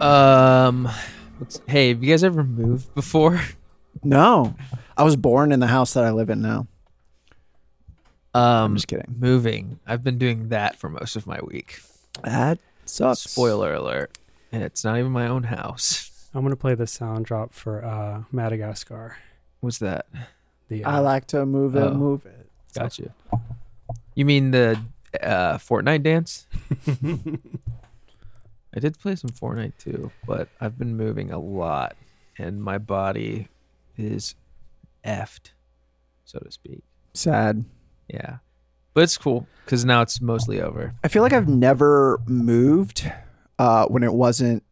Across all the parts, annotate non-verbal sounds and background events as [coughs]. Um, let's, hey, have you guys ever moved before? [laughs] No, I was born in the house that I live in now. Um, just kidding. Moving. I've been doing that for most of my week. That sucks. Spoiler alert. And it's not even my own house. [laughs] I'm gonna play the sound drop for uh, Madagascar. What's that? The uh, I like to move it, Oh. move it. Gotcha. You mean the uh, Fortnite dance? I did play some Fortnite too, but I've been moving a lot, and my body is effed, so to speak. Sad. Yeah, but it's cool because now it's mostly over. I feel like I've never moved uh, when it wasn't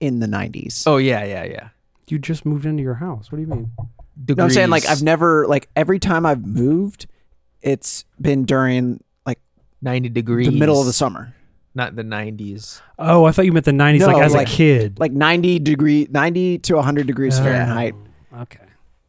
in the 90s. Oh yeah, yeah, yeah. [laughs] you just moved into your house. What do you mean? Degrees. No, I'm saying like I've never like every time I've moved, it's been during like ninety degrees. the middle of the summer, not the nineties. Oh, I thought you meant the '90s, No, like as like- a kid. like 90 degree, 90 to 100 degrees Oh, Fahrenheit, Okay.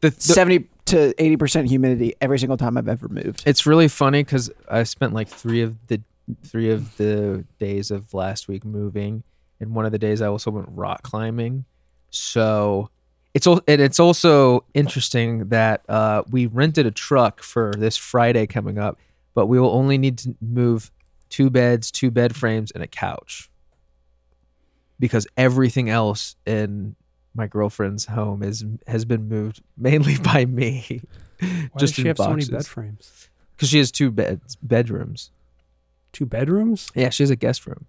The, the- 70 to 80 percent humidity every single time I've ever moved. it's really funny because I spent like three of the three of the days of last week moving, and one of the days I also went rock climbing. So it's al- and it's also interesting that uh, we rented a truck for this Friday coming up, but we will only need to move two beds, two bed frames, and a couch because everything else in my girlfriend's home is has been moved mainly [laughs] by me. Why Just does she in have so many boxes bed frames? because she has two beds bedrooms. Two bedrooms? Yeah, she has a guest room.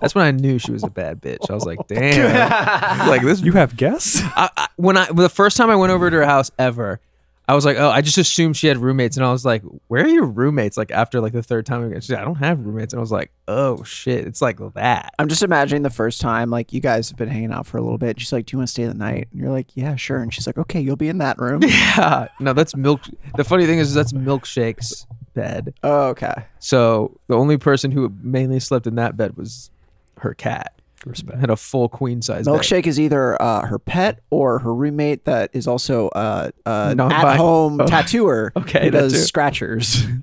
That's when I knew she was a bad bitch. I was like, damn, like this. You have guests? I, I, when I the first time I went over to her house ever, I was like, oh, I just assumed she had roommates, and I was like, where are your roommates? Like after like the third time, again, she's like, I don't have roommates, and I was like, oh shit, it's like that. I'm just imagining the first time like you guys have been hanging out for a little bit. She's like, "Do you want to stay the night?" And you're like, "Yeah, sure." And she's like, "Okay, you'll be in [laughs] that room." Yeah, no, that's milk. The funny thing is that's milkshake's bed. oh, okay. So the only person who mainly slept in that bed was her cat. [laughs] Respect. Had a full queen size bed. Milkshake is either uh, her pet or her roommate that is also uh, uh, Not at by- home Oh. tattooer [laughs] Okay, who that does too. scratchers. [laughs]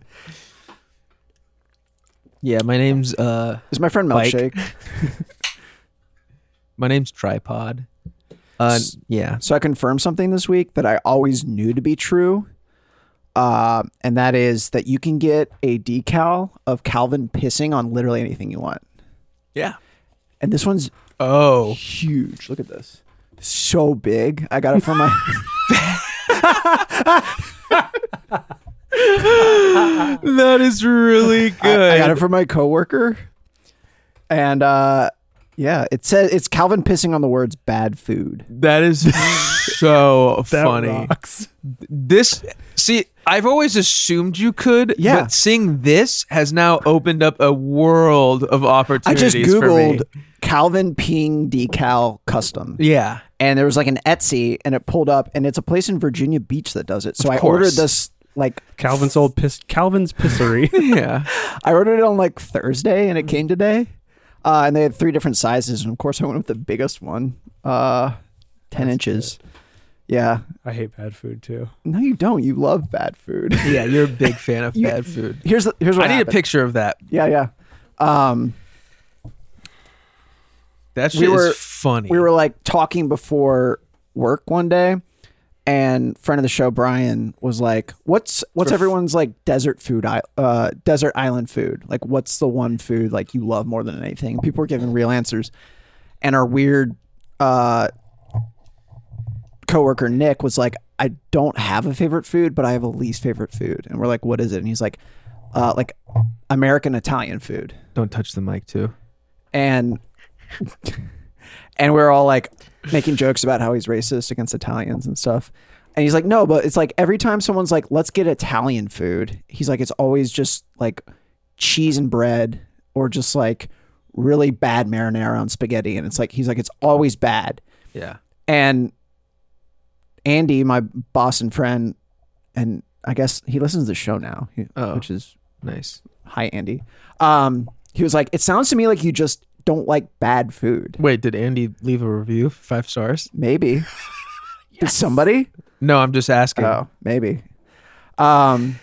Yeah, my name's uh. Is my friend Bike. Milkshake? My name's Tripod. Uh, S- yeah. So I confirmed something this week that I always knew to be true, uh, and that is that you can get a decal of Calvin pissing on literally anything you want. Yeah. And this one's Oh. huge. Look at this. So big. I got it [laughs] from my. That is [laughs] really I, good. I got it from my coworker, and uh, yeah, it says it's Calvin pissing on the words "bad food." that [laughs] is so That funny. rocks. This see, I've always assumed you could, Yeah. but seeing this has now opened up a world of I opportunities. just for googled me. Calvin peeing decal custom, Yeah. and there was like an Etsy, and it pulled up, and it's a place in Virginia Beach that does it. So I course. ordered this like Calvin's old piss. Calvin's pissery. Yeah. I ordered it on like Thursday, and it came today, uh, and they had three different sizes, and of course I went with the biggest one, uh, ten inches. Yeah, [laughs] I hate bad food too. no, you don't. You love bad food. [laughs] [laughs] yeah, you're a big fan of [laughs] You- bad food. here's the, here's what I need a happened. picture of that. Yeah, yeah. Um, That shit We were- is funny. we were like talking before work one day and friend of the show brian was like what's what's everyone's like desert food i- uh desert island food like what's the one food like you love more than anything people were giving real answers and our weird uh coworker nick was like i don't have a favorite food but i have a least favorite food and we're like what is it and he's like uh like american italian food Don't touch the mic too. and and we're all like making jokes about how he's racist against Italians and stuff. And he's like, no, but it's like every time someone's like, let's get Italian food, he's like, it's always just like cheese and bread or just like really bad marinara on spaghetti. And it's like, he's like, it's always bad. Yeah. And Andy, my boss and friend, and I guess he listens to the show now, he- Oh. which is Nice. hi Andy. Um, he was like, it sounds to me like you just don't like bad food. Wait, did Andy leave a review? Five stars? Maybe did somebody? No, I'm just asking. Oh, maybe. Um,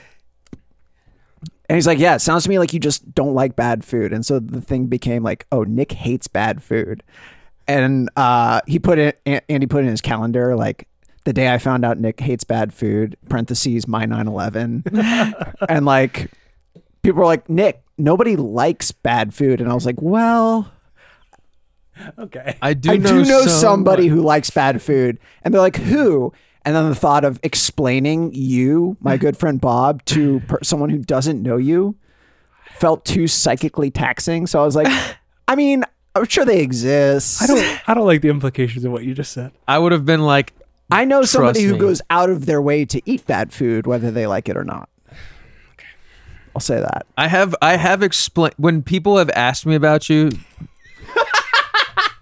and he's like, yeah, it sounds to me like you just don't like bad food. And so the thing became like, oh, Nick hates bad food. and uh, he put it. An- Andy put in his calendar like the day I found out Nick hates bad food. Parentheses my 9/11, and like people were like Nick. Nobody likes bad food, and I was like, well. Okay. I do I know, do know someone- somebody who likes bad food. And they're like, who? And then the thought of explaining you, my good friend Bob, to per- someone who doesn't know you felt too psychically taxing. So I was like, I mean, I'm sure they exist. I don't. I don't like the implications of what you just said. I would have been like, I know somebody Trust who me. goes out of their way to eat bad food, whether they like it or not. I'll say that. I have I have explained when people have asked me about [laughs] you.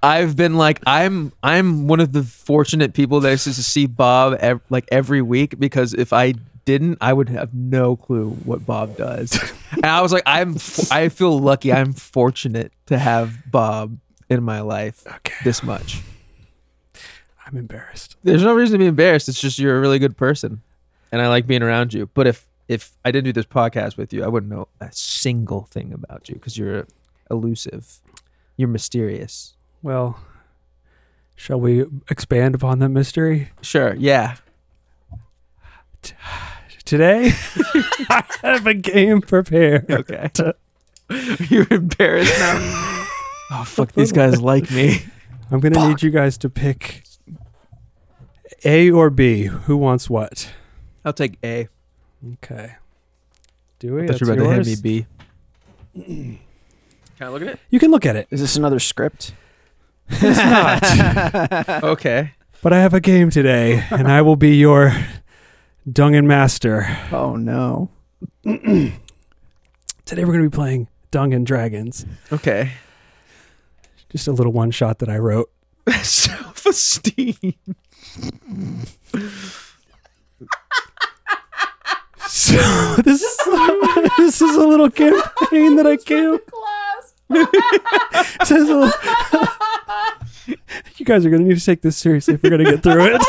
I've been like I'm I'm one of the fortunate people that is to see Bob ev- like every week because if I didn't I would have no clue what Bob [laughs] does. and I was like I'm f- I feel lucky I'm fortunate to have Bob in my life Okay. this much. I'm embarrassed. There's no reason to be embarrassed. It's just you're a really good person and I like being around you. But if if I didn't do this podcast with you, I wouldn't know a single thing about you cuz you're elusive. You're mysterious. Well, shall we expand upon that mystery Sure. Yeah. today? [laughs] I have a game prepared. Okay. [laughs] you're embarrassed now. [laughs] oh fuck, these guys like me. I'm gonna need you guys to pick A or B. Who wants what? I'll take A. Okay. Do we? I thought you were That's about to hand me yours? B. [clears throat] Can I look at [laughs] it? You can look at it. Is this another script? It's not. Okay. but I have a [laughs] game today, and I will be your Dungan master. [laughs] Oh, no. Today we're going to be playing Dungeon Dragons. [laughs] Okay. Just a little one shot that I wrote. Self esteem. So [laughs] this is this is a little campaign that I came. [laughs] It says a li- you guys are going to need to take this seriously if we're going to get through it.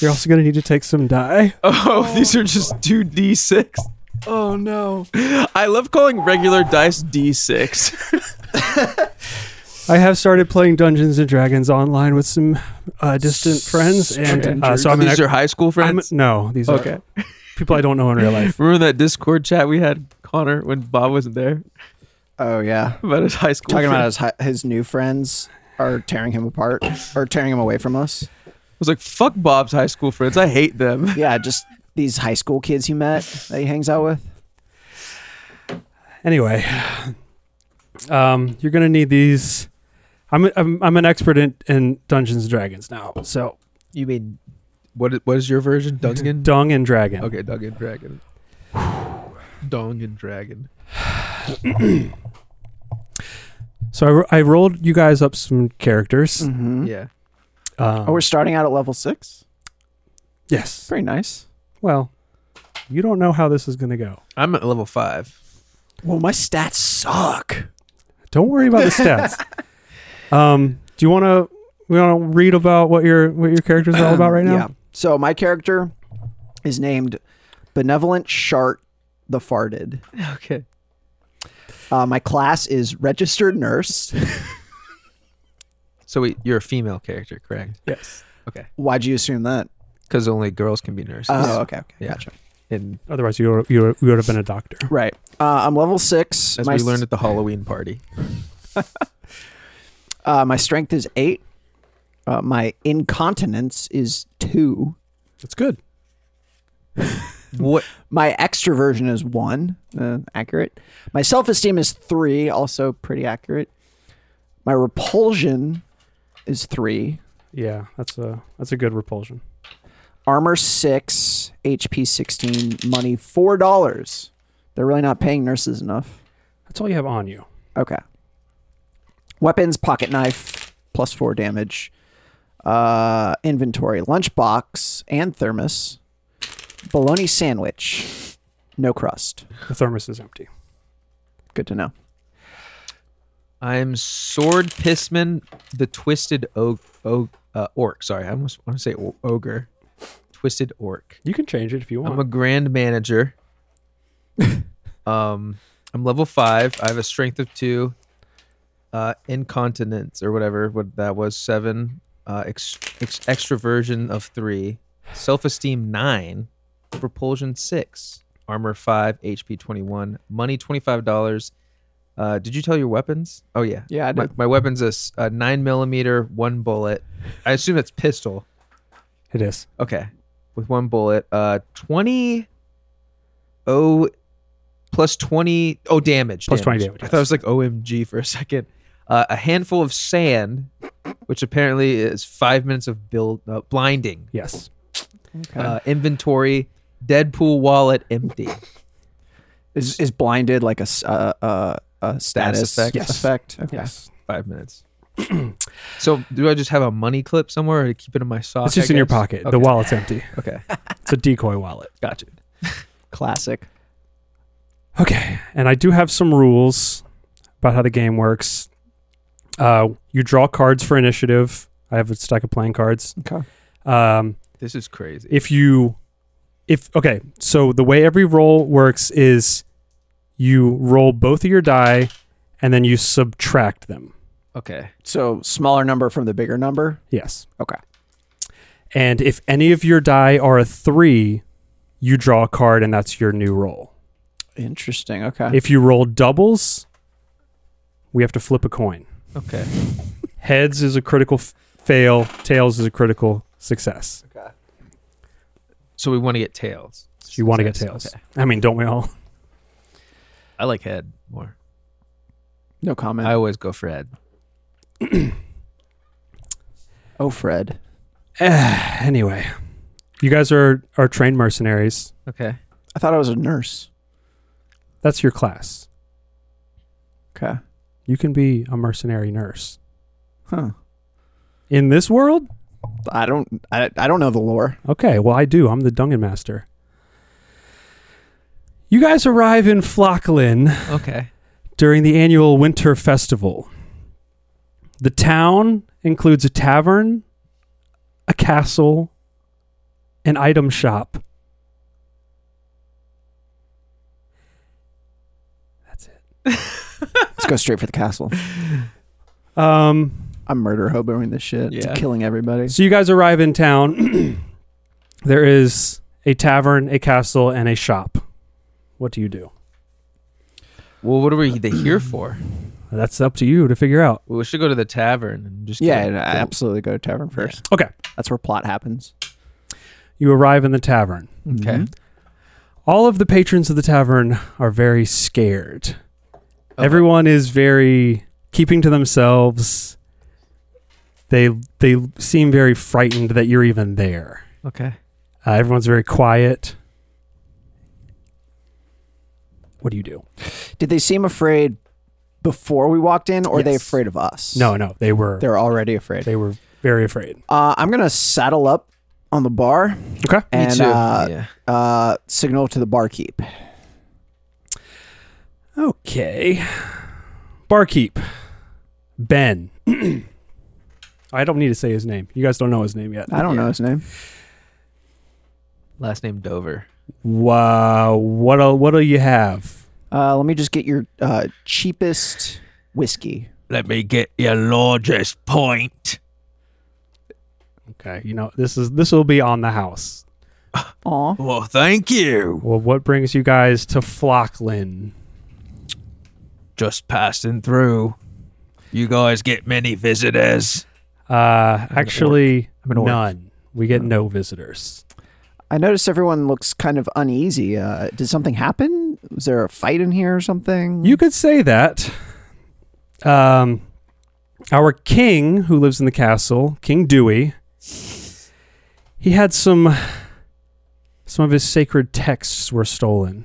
You're also going to need to take some die. Oh, these are just two D6. Oh, no. [laughs] I love calling regular dice D6. I have started playing Dungeons and Dragons online with some uh, distant friends, and uh, so I'm an these ex- are high school I'm- friends. no, these are okay. people I don't know in real life. Remember that Discord chat we had, Connor, when Bob wasn't there [laughs] Oh, yeah. about his high school. talking about friend? his hi- his new friends are tearing him apart or tearing him away from us. I was like, fuck Bob's high school friends. I hate them. Yeah, just these high school kids he met that he hangs out with. Anyway, um, you're gonna need these. I'm I'm, I'm an expert in, in Dungeons and Dragons now, so [laughs] You mean what? i- What is your [laughs] version, Dungan? Dung and Dragon. okay, Dungan [sighs] Dragon. Dungan Dragon. So I, ro- I rolled you guys up some characters. Mm-hmm. Yeah. Um, Oh, we're starting out at level six. yes. Pretty nice. Well, you don't know how this is gonna go. I'm at level five. Well, my stats suck. Don't worry about the [laughs] stats. um, do you want to? We want to read about what your what your characters are all about right now. Yeah. So my character is named Benevolent Shart the Farted. [laughs] Okay. Uh, my class is registered nurse. So wait, you're a female character, correct? Yes. Okay. Why'd you assume that? Because only girls can be nurses. Oh, okay, okay, Yeah. gotcha. And Otherwise, you would- you would- you would have been a doctor. Right. Uh, I'm level six. as my we s- learned at the Halloween [laughs] party. Uh, my strength is eight. Uh, my incontinence is two. That's good. What? My extroversion is one, uh, accurate. My self esteem is three, also pretty accurate. My repulsion is three. Yeah, that's a that's a good repulsion. Armor six, HP 16, money $4. They're really not paying nurses enough. That's all you have on you. Okay. Weapons, pocket knife, plus four damage. Uh, inventory, lunchbox and thermos. Bologna sandwich, no crust. The thermos is empty. Good to know. I'm Sword Pissman, the Twisted Og, og uh, Orc. Sorry, I almost want to say o- ogre. Twisted Orc. You can change it if you want. I'm a grand [laughs] manager. um, I'm level five. I have a strength of two. uh, incontinence or whatever what that was seven, uh, ex- ex- extroversion of three, self esteem nine, propulsion six, armor five, HP twenty one, money twenty five dollars. Uh, did you tell your weapons? Oh yeah, Yeah, I My, did. my weapon's a, s- a nine millimeter, one bullet. I assume that's pistol. It is. Okay. With one bullet. Uh 20 oh plus 20 oh damage. Plus 20 damage, I thought it was like OMG for a second. Uh, a handful of sand, which apparently is five minutes of build uh, blinding. Yes. Uh, inventory, Deadpool wallet empty. Is is blinded like a s- uh, uh, a status, effect? Yes. effect? Okay. Yes. Five [clears throat] minutes. so do I just have a money clip somewhere or keep it in my sock? It's just I in your guess? pocket. Okay. The wallet's empty. [laughs] Okay. It's a decoy wallet. Gotcha. Classic. Okay, and I do have some rules about how the game works. Uh, you draw cards for initiative. I have a stack of playing cards. Okay. Um, This is crazy. if you, if okay, so the way every roll works is you roll both of your die, and then you subtract them. okay. So smaller number from the bigger number. Yes. Okay. And if any of your die are a three, you draw a card, and that's your new roll. Interesting. Okay. If you roll doubles, we have to flip a coin. Okay. Heads is a critical f- fail. Tails is a critical success. So we want to get tails. You want to get tails. Okay. I mean, don't we all? [sighs] I like head more. no comment. I always go for head. oh, Fred. anyway, you guys are are trained mercenaries. Okay. I thought I was a nurse. That's your class. Okay. You can be a mercenary nurse Huh. in this world. I don't. I, I don't know the lore. Okay, well I do. I'm the dungeon master. You guys arrive in Flocklin Okay. during the annual winter festival. The town includes a tavern, a castle, an item shop. That's it. Let's go straight for the castle. Um, I'm murder hoboing this shit. Yeah. It's killing everybody. so you guys arrive in town. [clears throat] there is a tavern, a castle, and a shop. What do you do? [laughs] Well, what are we they here for? That's up to you to figure out. Well, we should go to the tavern and just Yeah, get- and uh, I get- absolutely go to tavern first. Okay. That's where plot happens. You arrive in the tavern. Okay. Mhm. All of the patrons of the tavern are very scared. Okay. Everyone is very keeping to themselves. They they seem very frightened that you're even there. Okay. Uh, everyone's very quiet. What do you do? Did they seem afraid before we walked in, or are they Yes. afraid of us? No, no, they were they're already afraid. they were very afraid. Uh, I'm gonna saddle up on the bar Okay. and Me too. Uh, yeah. uh, signal to the barkeep. Okay. Barkeep Ben. [clears throat] I don't need to say his name. You guys don't know his name yet. I don't Yeah. know his name. Last name Dover. Wow. What'll what'll you have? Uh, let me just get your uh, cheapest whiskey. Let me get your largest point. Okay, you know this is this will be on the house. Aw. Well, thank you. Well, what brings you guys to Flocklin? Just passing through. You guys get many visitors. Uh, actually, an orc. none. We get no visitors. I noticed everyone looks kind of uneasy. Uh, did something happen? Was there a fight in here or something? You could say that. Um, our king, who lives in the castle, King Dewey, he had some. Some of his sacred texts were stolen.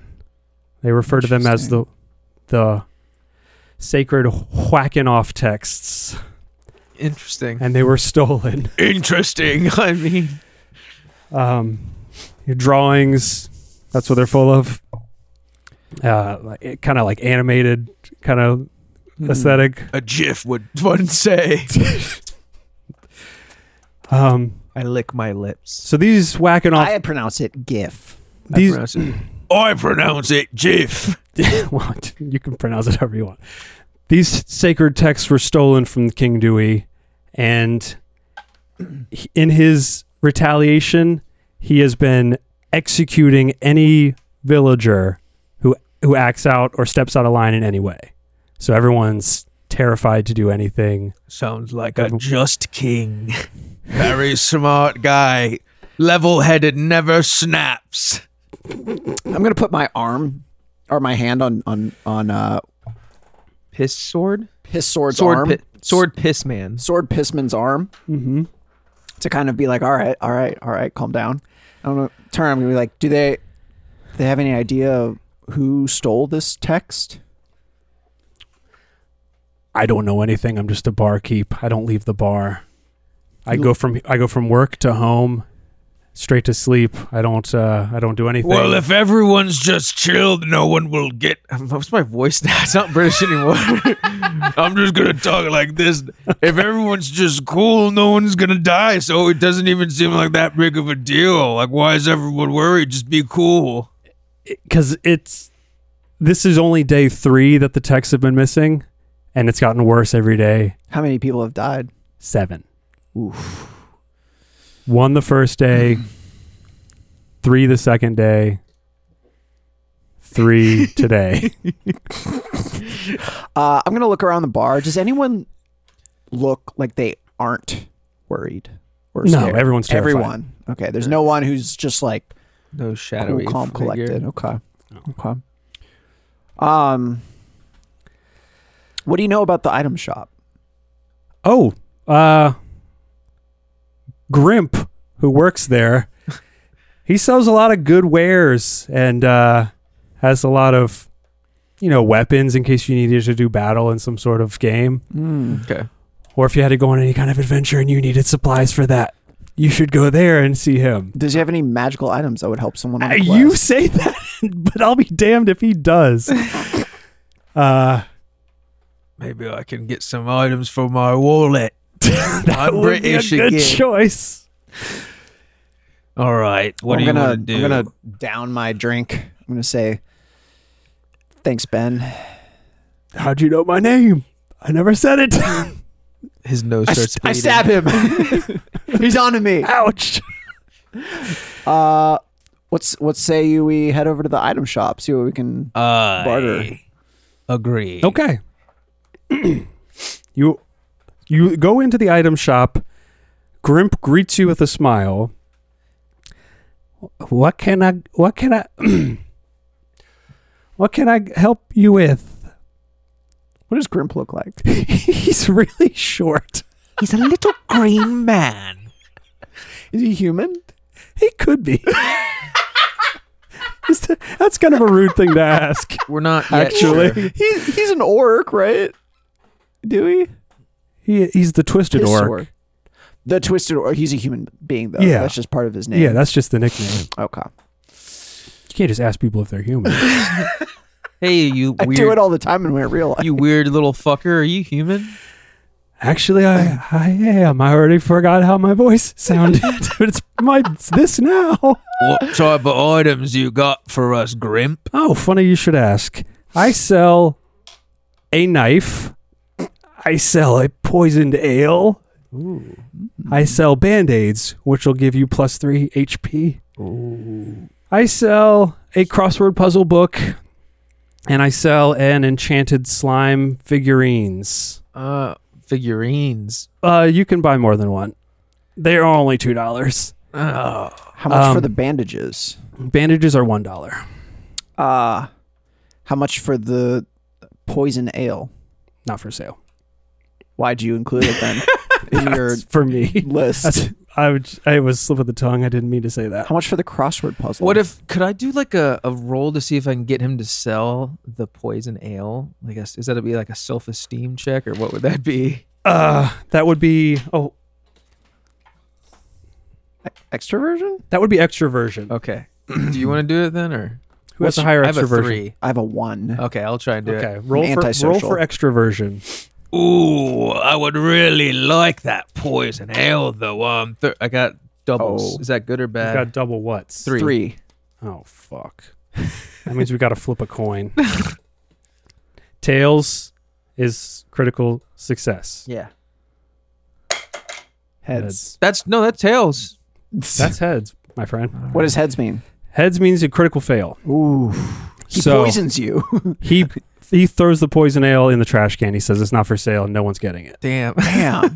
They refer to them as the, the sacred whacking off texts, Interesting. and they were stolen. Interesting. I mean, um, your drawings. That's what they're full of. Uh, kind of like animated, kind of Mm-hmm. aesthetic. a GIF would one say. Um, I lick my lips. so these whacking off I pronounce it GIF. these. I pronounce it, I pronounce it GIF. [laughs] well, you can pronounce it however you want. These sacred texts were stolen from King Dewey, and he- in his retaliation, he has been executing any villager who who acts out or steps out of line in any way. So everyone's terrified to do anything. Sounds like a just king. [laughs] Very smart guy. Level headed, never snaps. I'm gonna put my arm or my hand on on on uh Piss sword? his sword's Sword, arm, pi- sword piss man. sword pissman's arm Mm-hmm. to kind of be like, all right, all right, all right, calm down. I'm gonna turn. I'm gonna be like, do they do they have any idea of who stole this text? I don't know anything. I'm just a barkeep. I don't leave the bar. I go from I go from work to home, straight to sleep. I don't uh, I don't do anything. Well, if everyone's just chilled, no one will get. [laughs] What's my voice now? It's not British anymore. [laughs] I'm just gonna talk like this. If everyone's just cool, no one's gonna die. So it doesn't even seem like that big of a deal. Like, why is everyone worried? Just be cool. because it's this is only day three that the texts have been missing, and it's gotten worse every day. How many people have died? Seven. One the first day, three the second day, [laughs] three today. Uh, I'm gonna look around the bar. Does anyone look like they aren't worried? Or No, scared? everyone's terrified. Everyone. Okay, there's no one who's just like No cool, shadowy calm, collected. Okay, okay. Um, what do you know about the item shop? Oh, uh, Grimp, who works there, he sells a lot of good wares and uh, has a lot of, you know, weapons in case you needed to do battle in some sort of game, Okay. or if you had to go on any kind of adventure and you needed supplies for that. You should go there and see him. Does he have any magical items that would help someone? On Uh, the you quest? say that, [laughs] but I'll be damned if he does. Uh, Maybe I can get some items for my wallet. [laughs] I'm would be a British good again. choice. All right. What I'm do you gonna, want to do? I'm gonna down my drink. I'm gonna say, "Thanks, Ben." How'd you know my name? I never said it. [laughs] His nose I, starts st- I stab him. [laughs] He's on to me. Ouch. Uh, what's what say you? We head over to the item shop, see what we can. I Barter. Agree. Okay. you you go into the item shop. Grimp greets you with a smile. What can I what can I [clears throat] What can I help you with? [laughs] What does Grimp look like? He's really short. He's a little [laughs] green man. Is he human? He could be. Is that- That's kind of a rude thing to ask. We're not Actually. He's he's an orc, right? Dewey. He, he's the twisted His orc. sword. The twisted orc. He's a human being, though. Yeah. that's just part of his name. Yeah, that's just the nickname. okay. You can't just ask people if they're human. Hey, you I weird, do it all the time in my [laughs] real life. you weird little fucker. Are you human? Actually, I, I am. I already forgot how my [laughs] voice sounded. but it's my it's this now. What type of items you got for us, Grimp? Oh, funny you should ask. I sell a knife. I sell a poisoned ale. I sell band aids, which will give you plus three HP. I sell a crossword puzzle book, and I sell an enchanted slime figurines. Uh, figurines. Uh, you can buy more than one. They are only two dollars. Oh, How much for Um, the bandages? Bandages are one dollar. Uh how much for the poison ale? Not for sale. Why'd you include [laughs] it then [laughs] in your It's for me. list? That's, I would, I was slip of the tongue. I didn't mean to say that. how much for the crossword puzzle? what if could I do like a, a roll to see if I can get him to sell the poison ale? Like, a, is that be like a self esteem check or what would that be? Uh, that would be oh, extroversion? that would be extroversion. Okay. do you want to do it then, or Who Uh, What's has a higher your- I have extroversion? A three. I have a one. Okay, I'll try and do Okay, roll for roll antisocial. for extroversion. it. Ooh, I would really like that poison ale though. Um, th- I got doubles. Oh. Is that good or We bad? got double what's Uh, three. Three. Oh fuck. that means we got to flip a coin. Tails is critical success. Yeah. Heads. That's no, that tails. That's heads, my [laughs] friend. what does heads mean? Heads means a critical fail. Ooh. He So- [laughs] poisons you. He he throws the poison ale in the trash can. He says it's not for sale. No one's getting it. Damn, [laughs] Damn.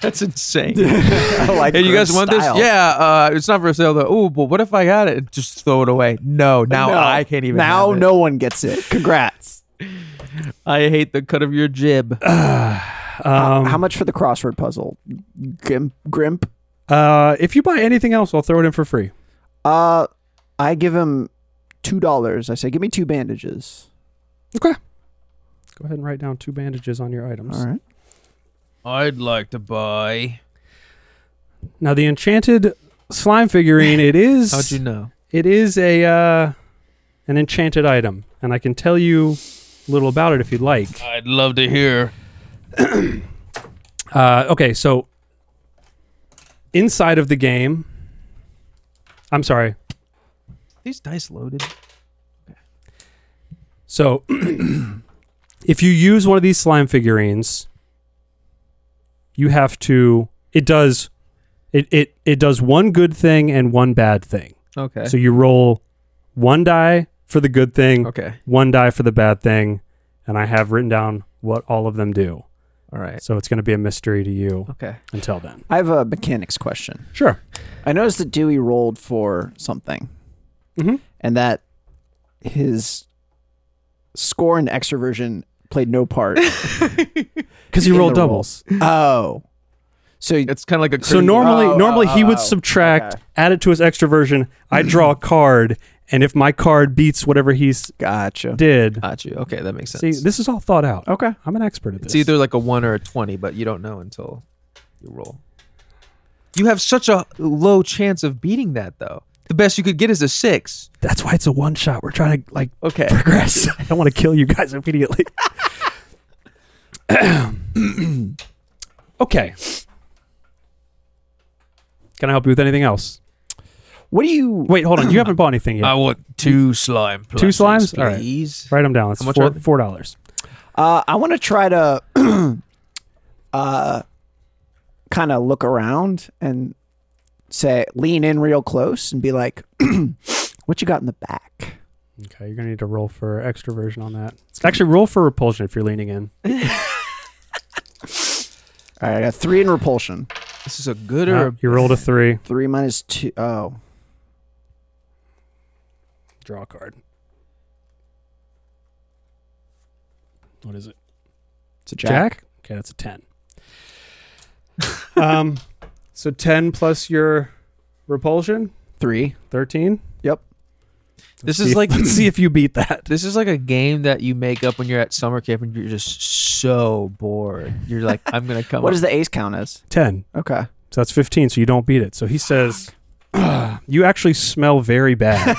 that's insane. I like Hey, you Grim's guys want style. this? Yeah, uh, it's not for sale though. Oh, but what if I got it? Just throw it away. No, now No. I can't even. Now have it. no one gets it. Congrats. I hate the cut of your jib. How- Um, how, much for the crossword puzzle? Gimp, grimp. uh, if you buy anything else, I'll throw it in for free. Uh, I give him two dollars. I say, give me two bandages. Go ahead and write down two bandages on your items. All right. I'd like to buy. Now the enchanted slime [laughs] figurine. It is. How'd you know? It is a uh, an enchanted item, and I can tell you a little about it if you'd like. I'd love to hear. Uh, okay, so inside of the game, I'm sorry. These dice loaded. So [clears throat] if you use one of these slime figurines, you have to. It does. It it it does one good thing and one bad thing. Okay. So you roll one die for the good thing, okay. one die for the bad thing, and I have written down what all of them do. All right. So it's going to be a mystery to you Okay. until then. I have a mechanics question. Sure. I noticed that Dewey rolled for something, Mhm. and that his score and extroversion played no part. Because you In roll the roll. doubles. oh, so y- It's kind of like a. So critical- normally, Oh, normally oh, he oh, would oh. subtract, Okay. add it to his extroversion. [clears throat] I draw a card, and if my card beats whatever he s- gotcha. did, Got you. Okay, that makes sense. see, this is all thought out. Okay. I'm an expert at this. It's either like a one or a twenty, but you don't know until you roll. You have such a low chance of beating that, though. The best you could get is a six. That's why it's a one shot. We're trying to like Okay. [laughs] progress. I don't want to kill you guys immediately. [clears throat] okay. Can I help you with anything else? What do you? Wait, hold on. You haven't bought anything yet. want two slime. Two slimes? All right. please. Write them down. It's How much four are they? four dollars. Uh, I want to try to [clears throat] uh, kind of look around and say, lean in real close and be like, [clears throat] what you got in the back? Okay, you're gonna need to roll for extroversion on that. Actually, roll for repulsion if you're leaning in. All right, I got three in repulsion. This is a good Uh, or you rolled a three. Three minus two. Oh, Draw a card. What is it? it's a jack. Jack. Okay, that's a ten. [laughs] um, so ten plus your repulsion, Three. thirteen. Yep. this See is if- [laughs] like let's see if you beat that. this is like a game that you make up when you're at summer camp and you're just so bored. You're like, I'm [laughs] gonna come. What up- does the ace count as? Ten. Okay. So that's fifteen. So you don't beat it. So he says, "Ugh, "You actually smell very [laughs] bad.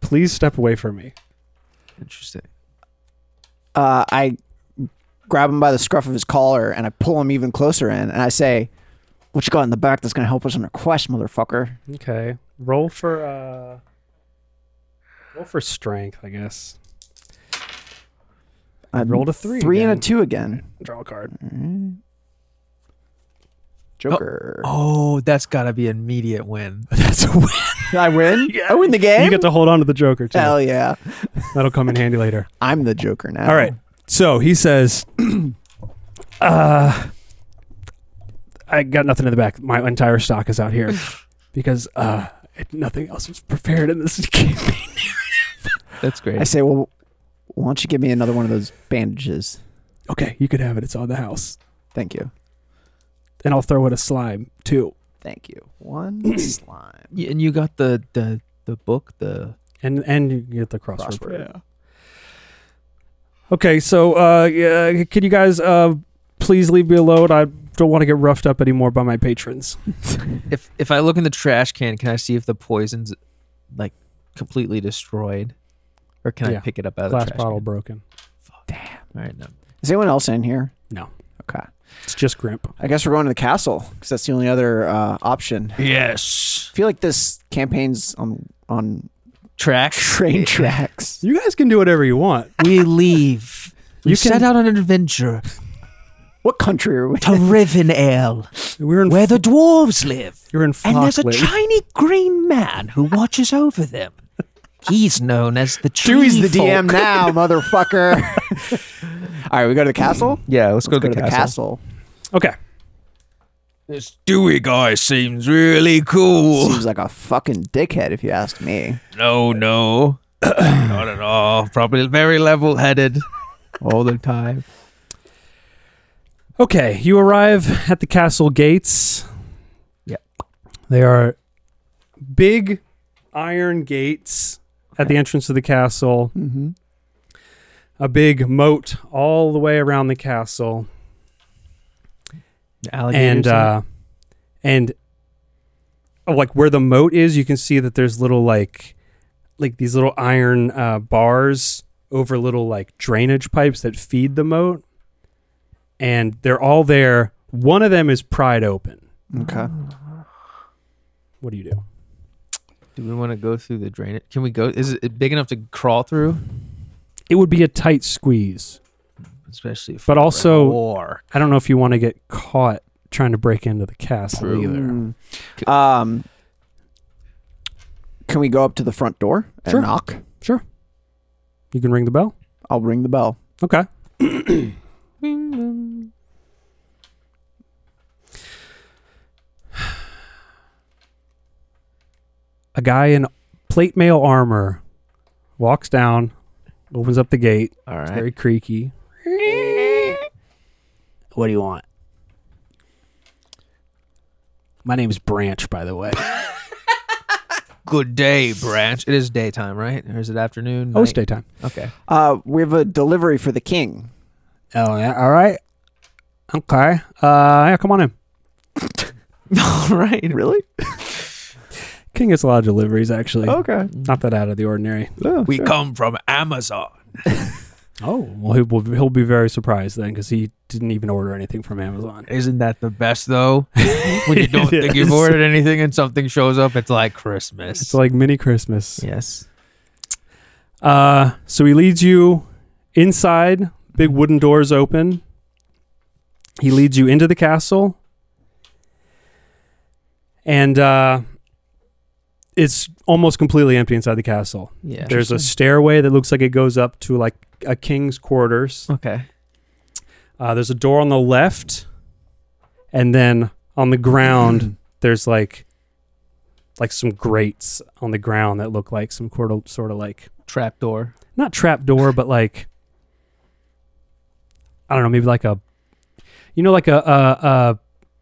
Please step away from me." interesting? Uh, I grab him by the scruff of his collar and I pull him even closer in and I say, what you got in the back that's going to help us on our quest, motherfucker? Okay. Roll for uh roll for strength, I guess. I rolled a three Three and a again. two again. Draw a card. Mm. Oh. Joker. Oh, that's gotta be an immediate [laughs] win. That's a win. I win. [laughs] I win the game. You get to hold on to the Joker too. Hell yeah! That'll come in handy later. I'm the Joker now. All right. So he says [clears throat] uh I got nothing in the back. My entire stock is out here because uh nothing else was prepared in this [laughs] game. That's great. I say, well, why don't you give me another one of those bandages? Okay, you could have it. It's on the house. Thank you. And I'll throw in a slime too. Thank you. [clears throat] One slime. Y- and you got the the the book. The And and you get the crossword. Crossword. Okay, so uh, yeah, can you guys uh, please leave me alone? I don't want to get roughed up anymore by my patrons. if if I look in the trash can, can I see if the poison's like completely destroyed, or can Yeah. I pick it up out of the Glass trash bottle broken. Can? All right, no. [laughs] Is anyone else in here? No, Okay. it's just Grimp. I guess we're going to the castle because that's the only other uh, option. Yes, I feel like this campaign's on on track [laughs] train tracks. You guys can do whatever you want. We leave We You set can- out on an adventure What country are we? [laughs] to Rivendell, We're in. where the dwarves live. you're in And there's a Falkland. tiny green man who watches over them. He's known as the tree Dewey's the folk. DM now, [laughs] motherfucker. [laughs] All right, we go to the castle. Yeah, let's, Let's go to the castle. Okay. This Dewey guy seems really cool. Seems like a fucking dickhead, if you ask me. No, no. Not at all. Probably very level headed all the time. Okay, you arrive at the castle gates. Yep. They are big iron gates at the entrance of the castle. Mm-hmm. A big moat all the way around the castle. and uh and oh, like where the moat is, you can see that there's little like like these little iron uh bars over little like drainage pipes that feed the moat. And they're all there. One of them is pried open. Okay. What do you do? do we want to go through the drainage? Can we go? Is it big enough to crawl through? It would be a tight squeeze. Especially if But we were in also- war. I don't know if you want to get caught trying to break into the castle True. either. Mm. Um, can we go up to the front door and Sure. knock? You can ring the bell. I'll ring the bell. Okay. A guy in plate mail armor walks down, opens up the gate. All It's right. very creaky. What do you want? My name's Branch, by the way. Good day, Branch. It is daytime, right? Or is it afternoon? Oh, it's night? daytime. Okay. [laughs] Uh, we have a delivery for the king. Oh, yeah. All right. Okay. Uh, yeah, come on in. All right. Really? King gets a lot of deliveries, actually. Okay. Not that out of the ordinary. Oh, We sure. come from Amazon. Oh, well, he will, he'll be very surprised then because he didn't even order anything from Amazon. Isn't that the best [laughs] though? when you don't think you've Yes. ordered anything and something shows up, it's like Christmas. It's like mini Christmas. yes. Uh, so he leads you inside, big wooden doors open. He leads you into the castle. And uh, it's almost completely empty inside the castle. Yeah. There's a stairway that looks like it goes up to like a king's quarters. okay. Uh, there's a door on the left, and then on the Mm. ground there's like like some grates on the ground that look like some sort of sort of like Trapdoor. not trap door, but like I don't know, maybe like a you know like a uh uh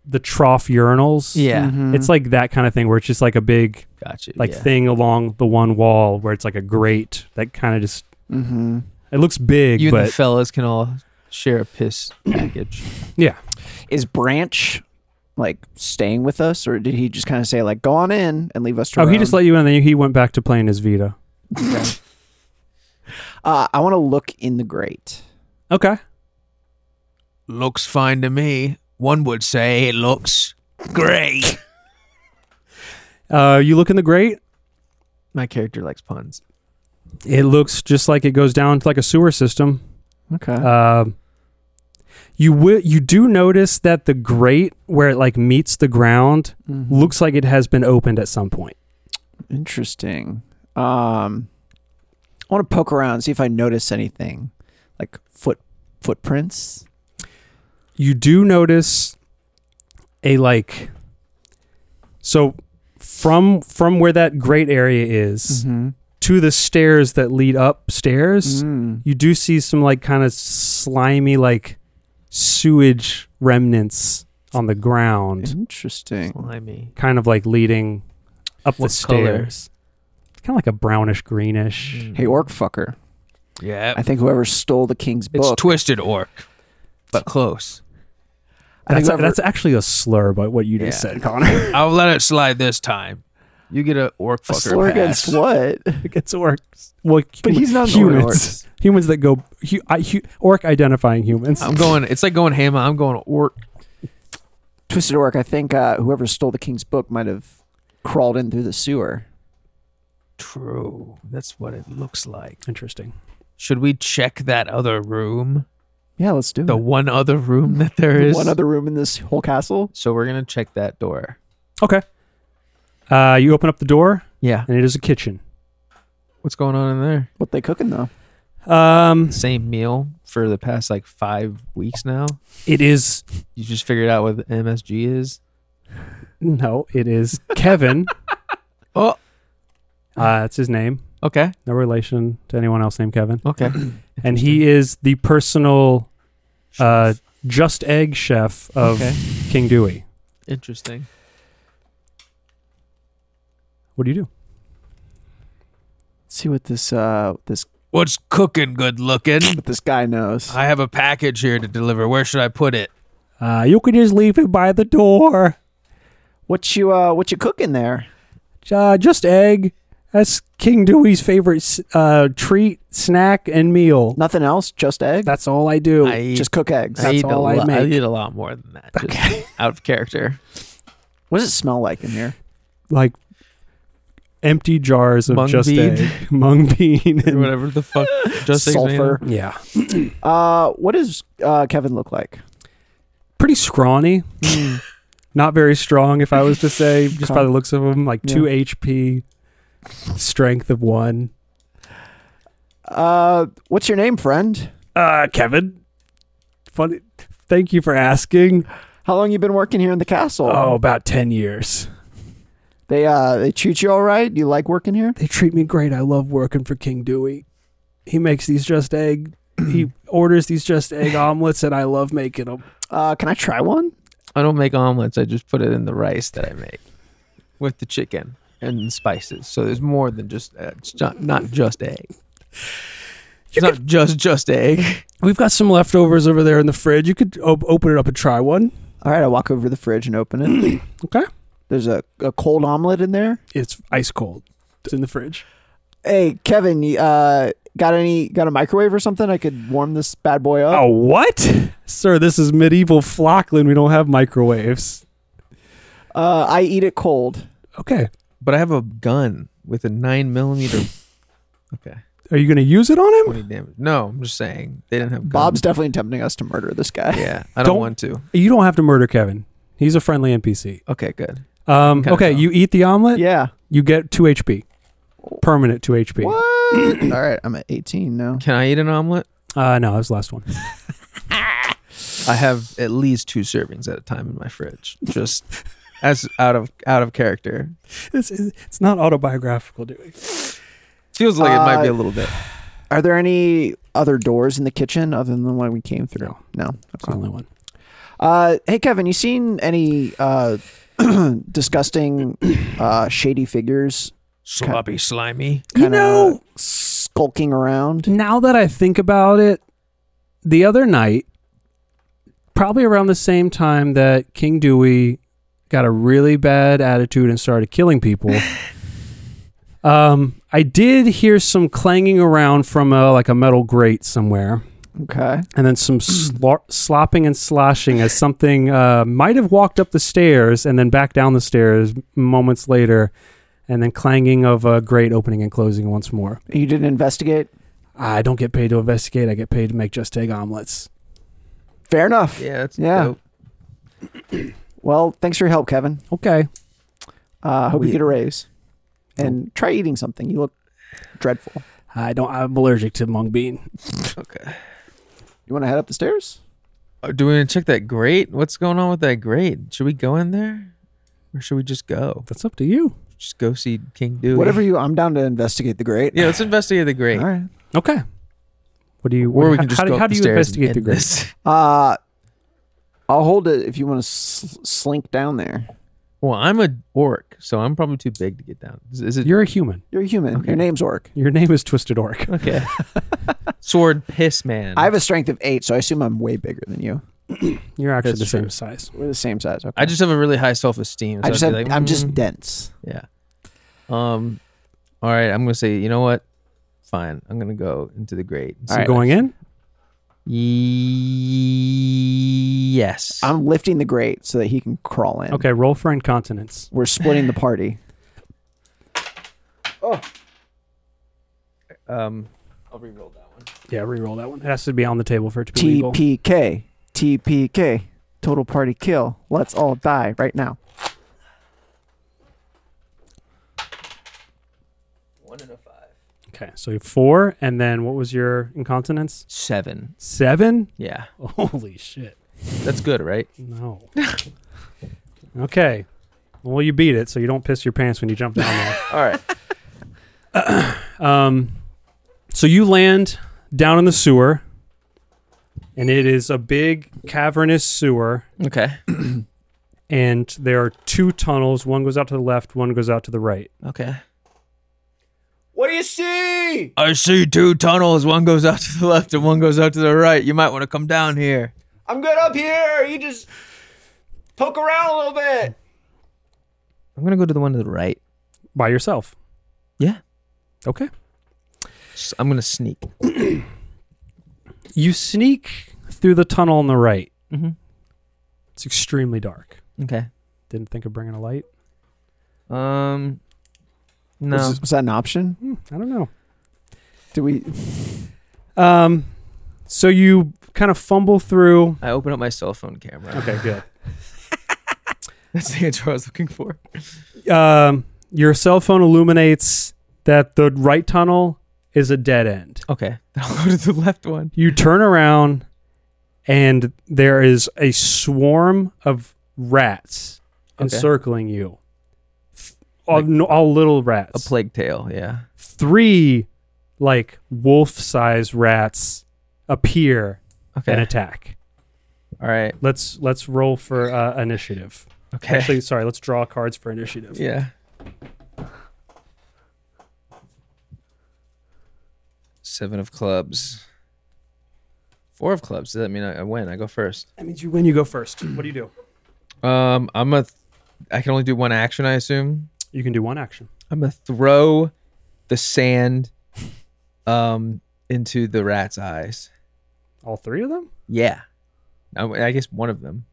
the trough urinals. Yeah. Mhm. It's like that kind of thing where it's just like a big Gotcha. like yeah. thing along the one wall where it's like a grate that kind of just Mhm. it looks big, you and but the fellas can all share a [clears throat] piss package. Is Branch like staying with us, or did he just kind of say like, "Go on in" and leave us to? oh, our he own? just let you in, and then he went back to playing his Vita. Uh, I want to look in the grate. Okay. looks fine to me. One would say it looks great. Uh, you look in the grate. My character likes puns. It looks just like it goes down to like a sewer system. Okay. Um you wi- you do notice that the grate where it like meets the ground Mm-hmm. looks like it has been opened at some point. Interesting. Um, I want to poke around, see if I notice anything, like foot footprints. You do notice a like so from from where that grate area is Mm-hmm. to the stairs that lead upstairs, Mm. you do see some like kind of slimy like sewage remnants on the ground. Interesting. Slimy. kind of like leading up What the color? Mm. stairs. It's kind of like a brownish greenish. Hey, orc fucker! Yeah. I think whoever stole the king's it's book. twisted orc, but [clears throat] close. I think That's, whoever- that's actually a slur, but what you just Yeah. said, Connor. [laughs] I'll let it slide this time. You get an orc a fucker slur pass. against what? [laughs] it's orcs. Well, But hum- he's not an orc. humans. humans that go hu- I, hu- orc identifying humans. I'm going. It's like going ham. I'm going orc. Twisted orc. I think uh, whoever stole the king's book might have crawled in through the sewer. True. That's what it looks like. Interesting. Should we check that other room? Yeah, let's do The it. one other room that there is. One other room in this whole castle. so we're gonna check that door. Okay. Uh, you open up the door, Yeah. and it is a kitchen. What's going on in there? What they cooking though? Um, Same meal for the past like five weeks now. it is You just figured out what MSG is. no, [laughs] it is Kevin. Oh, Uh, that's his name. okay, No relation to anyone else named Kevin. okay. And he is the personal uh, just egg chef of [clears throat] Okay. King Dewey. Interesting. What do you do? Let's see what this uh this What's cooking? Good looking. what this guy knows. I have a package here to deliver. Where should I put it? Uh, you could just leave it by the door. What you uh what you cooking there? Uh, just egg. That's King Dewey's favorite s- uh, treat, snack, and meal. Nothing else? Just egg? That's all I do. I eat, Just cook eggs. I that's eat all a I lo- I make. eat a lot more than that. Just Okay. out of character. What does it smell like in here? like empty jars of Mung just bean. egg, [laughs] mung bean, [laughs] Or and whatever the fuck. [laughs] Just eggs made Sulfur. of- yeah, Uh, what does uh, Kevin look like? pretty scrawny. Not very strong, if I was to [laughs] say, just by the looks of him, like two HP, strength of one. [laughs] Uh, what's your name, friend? Uh, Kevin, funny. Thank you for asking. How long you been working here in the castle? Oh, about ten years. They uh they treat you all right? You like working here? They treat me great. I love working for King Dewey. He makes these [clears throat] just egg. he orders these just egg omelets, and I love making them. Uh, can I try one? I don't make omelets. I just put it in the rice that I make with the chicken and spices. So there's more than just uh, it's not, not just egg. It's not just just egg. [laughs] We've got some leftovers over there in the fridge. You could op- open it up and try one. All right, I walk over to the fridge and open it. [clears throat] Okay. There's a, a cold omelet in there. It's ice cold. It's in the fridge. Hey, Kevin, you, uh, got any got a microwave or something? I could warm this bad boy Oh. up. what? Sir, this is medieval Flockland. We don't have microwaves. Oh. Uh, I eat it cold. Okay. But I have a gun with a nine millimeter. Okay, Are you going to use it on him? twenty damage. No, I'm just saying they didn't have guns. Bob's definitely tempting us to murder this guy. [laughs] [laughs] Yeah, I don't, Don't- want to. You don't have to murder Kevin. He's a friendly NPC. Okay, good. Um, Kinda okay, dumb. you eat the omelet. Yeah. You get 2 HP. Permanent 2 [clears throat] HP. What? all right, I'm at 18 now. Can I eat an omelet? Uh, no, that was the last one. I have at least two servings at a time in my fridge, [laughs] just as out of out of character. this is, it's not autobiographical, Dewey. Feels like it might be Uh, a little bit. Are there any other doors in the kitchen other than the one we came through? No. It's the only one. Uh, hey, Kevin, you seen any uh, [clears throat] disgusting, uh, shady figures Sloppy, slimy. You kind know, of uh, skulking around? Now that I think about it, the other night, probably around the same time that King Dewey got a really bad attitude and started killing [laughs] people, um, I did hear some clanging around from a, like a metal grate somewhere, Okay. and then some slor slopping and sloshing as something uh, might have walked up the stairs and then back down the stairs moments later, and then clanging of a grate opening and closing once more. You didn't investigate? I don't get paid to investigate. I get paid to make just egg omelets. Fair enough. Yeah, that's Yeah. dope. Well, thanks for your help, Kevin. Okay. Uh, hope We- you get a raise. And try eating something. You look dreadful. I don't. I'm allergic to mung bean. Okay. You want to head up the stairs? Uh, Do we want to check that grate? What's going on with that grate? Should we go in there, or should we just go? That's up to you. Just go see King Dewey. Whatever you, I'm down to investigate the grate. [laughs] Yeah, let's investigate the grate. All right. Okay. What do you? Or we how- can just how, go. up how the do you stairs investigate and the end grate? this. [laughs] Uh, I'll hold it if you want to sl- slink down there. Well, I'm a orc, so I'm probably too big to get down. Is, is it [laughs] You're a human. You're a human. Your name's Orc. Your name is Twisted [laughs] Orc. okay? Sword piss man. I have a strength of eight, so I assume I'm way bigger than you. You're actually That's the same true. size. We're the same size. Okay. I just have a really high self esteem. So I just I'd have, be like, I'm just "Mm, dense. yeah. Um. All right, I'm gonna say. You know what? Fine. I'm gonna go into the grate. So going in. Yes. I'm lifting the grate so that he can crawl in. Okay. Roll for incontinence. We're splitting the [laughs] party. Um, I'll re-roll that one. Yeah, re-roll that one. It has to be on the table for it to be legal. TPK. TPK. Total party kill. Let's all die right now. One and a five. Okay, so you have four, and then what was your incontinence? Seven. Seven. Yeah, Holy shit! that's good, right? No. okay. Well, you beat it, so you don't piss your pants when you jump down there. All right. [laughs] Um, so you land down in the sewer, and it is a big cavernous sewer, Okay. and there are two tunnels. One goes out to the left, one goes out to the right. Okay. What do you see? I see two tunnels. One goes out to the left and one goes out to the right. You might want to come down here. I'm good up here. You just poke around a little bit. I'm gonna go to the one to the right. By yourself. Yeah. Okay. S- I'm gonna sneak. You sneak through the tunnel on the right. Mhm. It's extremely dark. Okay. Didn't think of bringing a light. Um. No. Was, was that an option? Hmm, I don't know. Do we? Um, so you kind of fumble through. I open up my cell phone camera. Okay, good. [laughs] That's the answer I was looking for. um, your cell phone illuminates that the right tunnel is a dead end. Okay. Then [laughs] I'll go to the left one. You turn around, and there is a swarm of rats Okay. encircling you. Th- All, Like- no, all little A rats. plague tale. Yeah. Three, like wolf-sized rats, appear and Okay. attack. All right. Let's let's roll for uh, initiative. Okay. [laughs] Actually, sorry, let's draw cards for initiative. yeah. Seven of clubs. Four of clubs. Does that mean I, I win? I go first. That means you win. You go first. [clears throat] What do you do? Um, I'm a. Th- I can only do one action, I assume. You can do one action. I'm gonna throw the sand, um, into the rat's eyes. All three of them. Yeah, I, I guess one of them.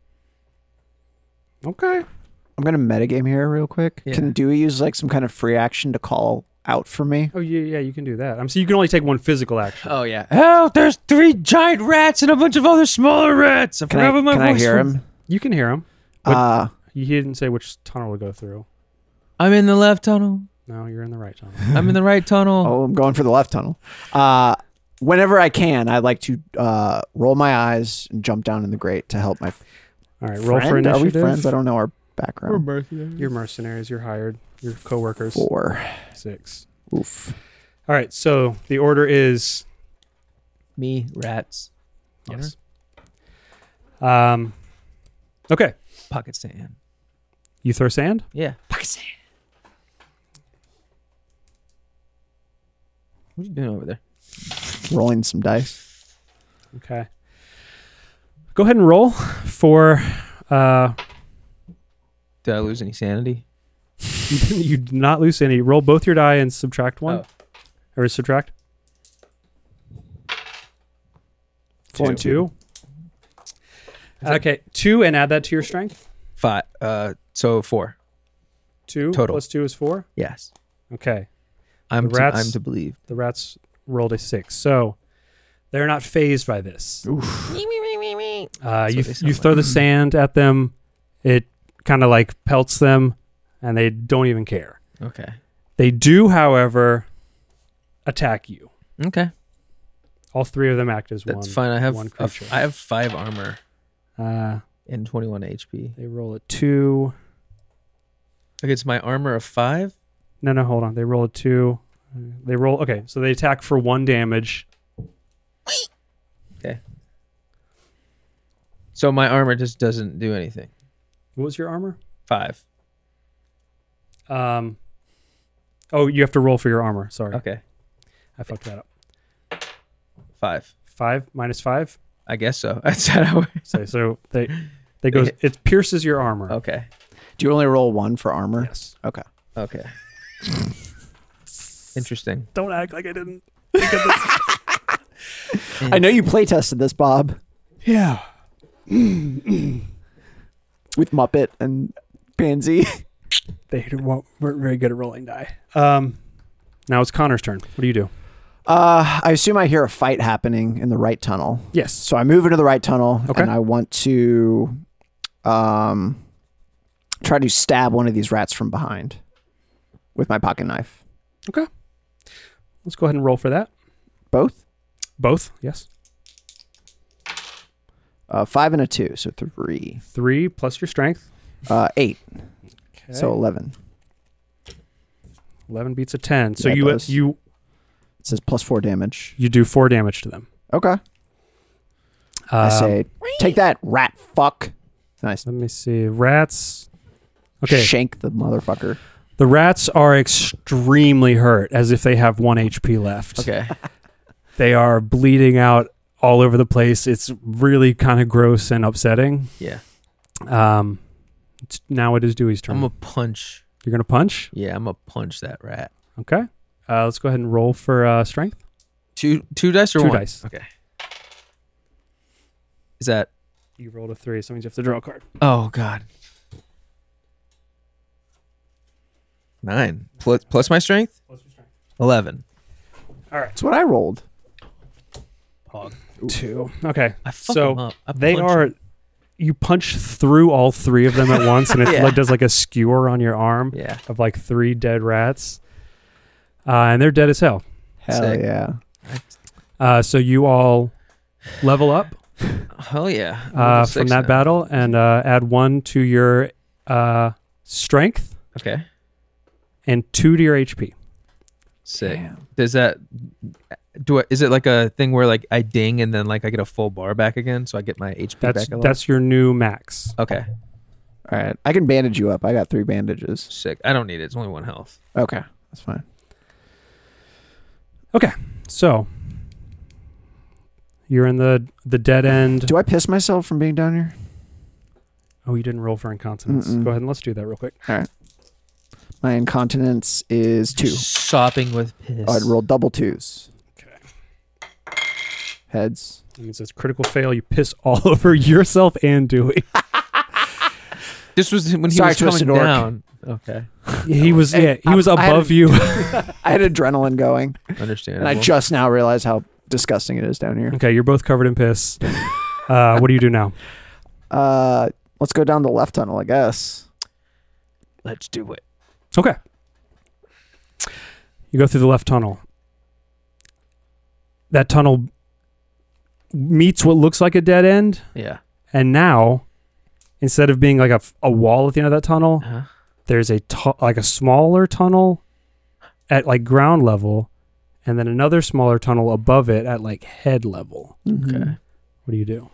Okay. I'm gonna metagame here real quick. Yeah. Can Dewey use like some kind of free action to call out for me? Oh yeah, yeah, you can do that. I'm so you can only take one physical action. Oh yeah. Oh, there's three giant rats and a bunch of other smaller rats. I Can forgot I, what my can voice I hear was. him? You can hear him. What- Uh, He didn't say which tunnel to go through. I'm in the left tunnel. No, you're in the right tunnel. I'm in the [laughs] right tunnel. oh, I'm going for the left tunnel. Uh, whenever I can, I'd like to uh, roll my eyes and jump down in the grate to help my All right, friend. roll for Are we initiative. friends? I don't know our Um, background. You're mercenaries. You're hired. You're coworkers. Four. Six. Oof. All right. So the order is Me rats. yes. Um. Okay. Pocket sand. You throw sand. Yeah. Pocket sand. What are you doing over there? Rolling some dice. Okay. Go ahead and roll for. Uh, Did I lose any sanity? [laughs] you did not lose any. Roll both your die and subtract one, Oh. or subtract Rolling two. Okay, two, and add that to your strength. Five. Uh, so four. Two Total. plus two is four. Yes. Okay, I'm The to, rats- I'm to believe. the rats rolled a six, so they're not phased by this. Uh, what they you sound Mm. you throw the sand at them, it kind of like pelts them, and they don't even care. Okay. They do, however, attack you. Okay. All three of them act as That's one. fine. I have one a f- creature. I have five armor Uh, and 21 HP. they roll a two. Okay, it's my armor of five. No, no, hold on. They roll a two. They roll. Okay, so they attack for one damage. So my armor just doesn't do anything. What was your armor? Five. Um. Oh, you have to roll for your armor. Sorry, Okay. I fucked that up. Five. Five minus five. I guess so. [laughs] I said I would. So, so [laughs] they they Oh. goes. It pierces your armor. Okay. Do you only roll one for armor? Yes. Okay. Okay. [laughs] Interesting. Don't act like I didn't. I know you play tested this, Bob, Yeah. with Muppet and Pansy. [laughs] They weren't very good at rolling die. Um. Now it's Connor's turn. What do you do? Uh, I assume I hear a fight happening in the right tunnel. Yes. So I move into the right tunnel Okay. and I want to um, try to stab one of these rats from behind with my pocket knife. Let's go ahead and roll for that. Both? Both. Yes. Uh, five and a two, so three. Three plus your strength. Uh, eight, Okay. so 11. 11 beats a 10. So Yeah, it you does. you It says plus four damage. you do 4 damage to them. Okay. I Um, say, take that, rat fuck. And I s- Let me see. Rats. Okay. shank the motherfucker. The rats are extremely hurt as if they have 1 HP left. Okay. They are bleeding out all over the place. It's really kind of gross and upsetting. Yeah. Um it's, now it is Dewey's turn. I'm a punch. You're going to punch? Yeah, I'm gonna punch that rat. Okay. Uh, let's go ahead and roll for uh, strength. Two two dice or Two one? dice. Okay. Is that You rolled a 3, so that means you have to draw a card. Oh god. Nine. Plus plus my strength? Eleven. That's what I rolled. Two. Okay. I fuck So, 'em up. I they punch 'em. are you punch through all three of them at once and it [laughs] Yeah. like does like a skewer on your arm Yeah. of like three dead rats uh, and they're dead as hell Hell Sick. yeah. uh, so you all [laughs] level up Hell yeah. I'm level uh, from six that now. battle and uh, add one to your uh, strength Okay. and two to your hp Sick. Damn. Does that do I, is it like a thing where like I ding and then like I get a full bar back again so I get my HP that's back a lot? that's your new max okay. All right. I can bandage you up. I got three bandages. Sick. I don't need it. It's only one health. Okay. That's fine. so you're in the the dead end Do I piss myself from being down here? oh you didn't roll for incontinence Mm-mm. go ahead and let's do that real quick My incontinence is two. Sopping with piss. I'd roll double twos. Okay. Heads. That means it's critical fail. You piss [laughs] all over yourself and Dewey. This was when he Sorry, was coming Twisted Orc. down. Okay. He was Hey, yeah, he I- was I had above a- you. I had adrenaline going, and Understandable. I just now realized how disgusting it is down [laughs] here. [laughs] okay, you're both covered in piss. Uh, what do you do now? Uh, let's go down the left tunnel, I guess. Let's do it. Okay. You go through the left tunnel. That tunnel meets what looks like a dead end, Yeah. and now instead of being like a, f- a wall at the end of that tunnel, Uh-huh. there's a tu- like a smaller tunnel at like ground level, and then another smaller tunnel above it at like head level. Hmm. Okay. What do you do?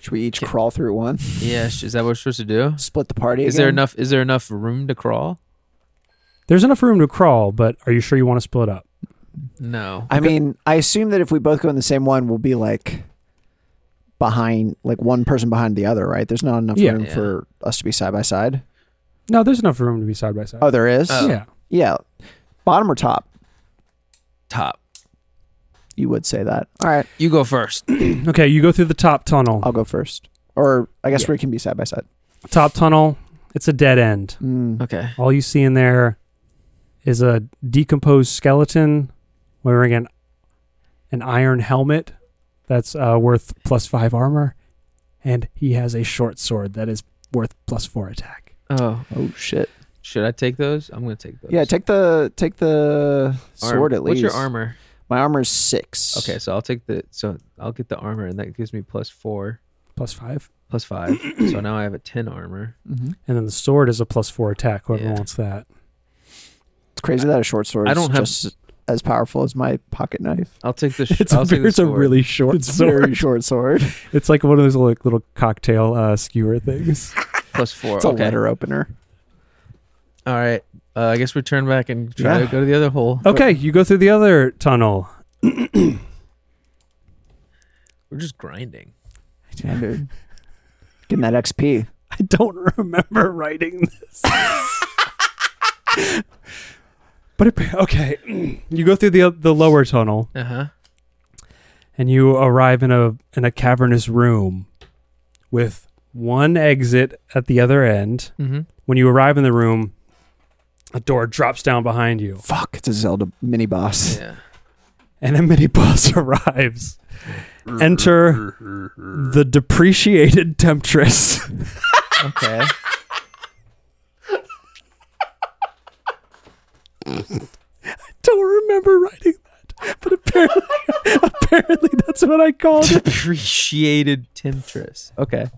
Should we each Okay. crawl [laughs] through one? Yeah. sh- Is that what we're supposed to do? Split the party. Is there again? enough? Is there enough room to crawl? There's enough room to crawl, but are you sure you want to split up? No. I mean, I assume that if we both go in the same one, we'll be like behind, like one person behind the other, right? There's not enough Yeah. room Yeah. for us to be side by side. No, there's enough room to be side by side. Oh, there is. Oh. yeah. [clears throat] Yeah, bottom or top? Top. You would say that. All right, You go first. Okay, you go through the top tunnel. I'll go first. Or I guess we can be side by side. Top tunnel, it's a dead end. Mm. Okay. All you see in there is a decomposed skeleton wearing an an iron helmet that's uh, worth plus five armor, and he has a short sword that is worth plus four attack. Oh, Oh shit! should I take those? I'm gonna take those. Yeah, take the take the Arm- sword at least. What's your armor? My armor is six. Okay, so I'll take the. So I'll get the armor, and that gives me plus four, Plus five, plus five. so now I have a ten armor. Mhm. and then the sword is a plus four attack. Whoever Yeah. wants that. It's crazy that a short sword I is don't have- just as powerful as my [laughs] pocket knife. I'll take the. [laughs] Sh- [laughs] It's, I'll a, take the it's a sword. really short It's a sword. very short sword. [laughs] It's like one of those like little cocktail uh, skewer [laughs] things. plus four. It's a okay. letter opener. All right. Uh, I guess we turn back and try Yeah. to go to the other hole. Okay, you go through the other tunnel. We're just grinding. Damn, dude. Getting that XP. I don't [laughs] remember writing this. but it, okay, [clears throat] you go through the the lower tunnel Uh huh. and you arrive in a in a cavernous room with one exit at the other end. Mm-hmm. When you arrive in the room, a door drops down behind you, Fuck, it's a Zelda mini boss. Yeah. and a mini [laughs] boss arrives. Enter the depreciated temptress. [laughs] Okay. Don't remember writing that, but apparently, [laughs] apparently that's what I called [laughs] it. Depreciated temptress. Okay.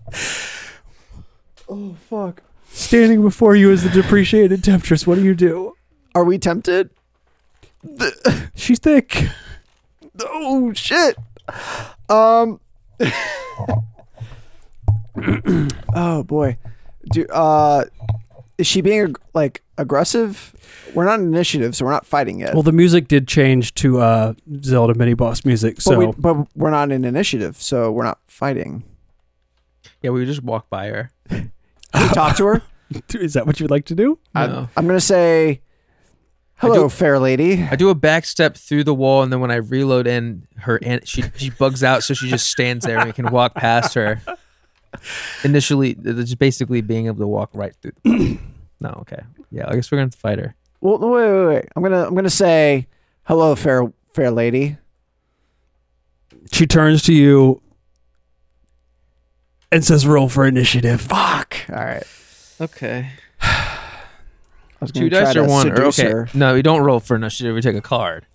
Oh fuck. Standing before you is the depreciated temptress. What do you do? Are we tempted? She's thick. Oh shit. Um. [laughs] oh boy. Do uh, is she being ag- like aggressive? We're not an initiative, so we're not fighting yet. Well, the music did change to uh, Zelda mini boss music, but, so we, but we're not an initiative, so we're not fighting. Yeah, we just walk by her. Can we talk to her. [laughs] is that what you'd like to do? [laughs] No. I'm gonna say, hello, fair lady. I do a back step through the wall, and then when I reload in, her and she she bugs out, so she just stands there and we can walk past her. Initially, th- just basically being able to walk right through. [clears throat] no, okay, yeah, I guess we're gonna have to fight her. Well, no, wait, wait, wait. I'm gonna I'm gonna say, hello, fair fair lady. She turns to you and says, "Roll for initiative." Fuck. All right. Okay, I was two gonna try dice or to one. Or, seduce okay, her. no, we don't roll for initiative. We take a card.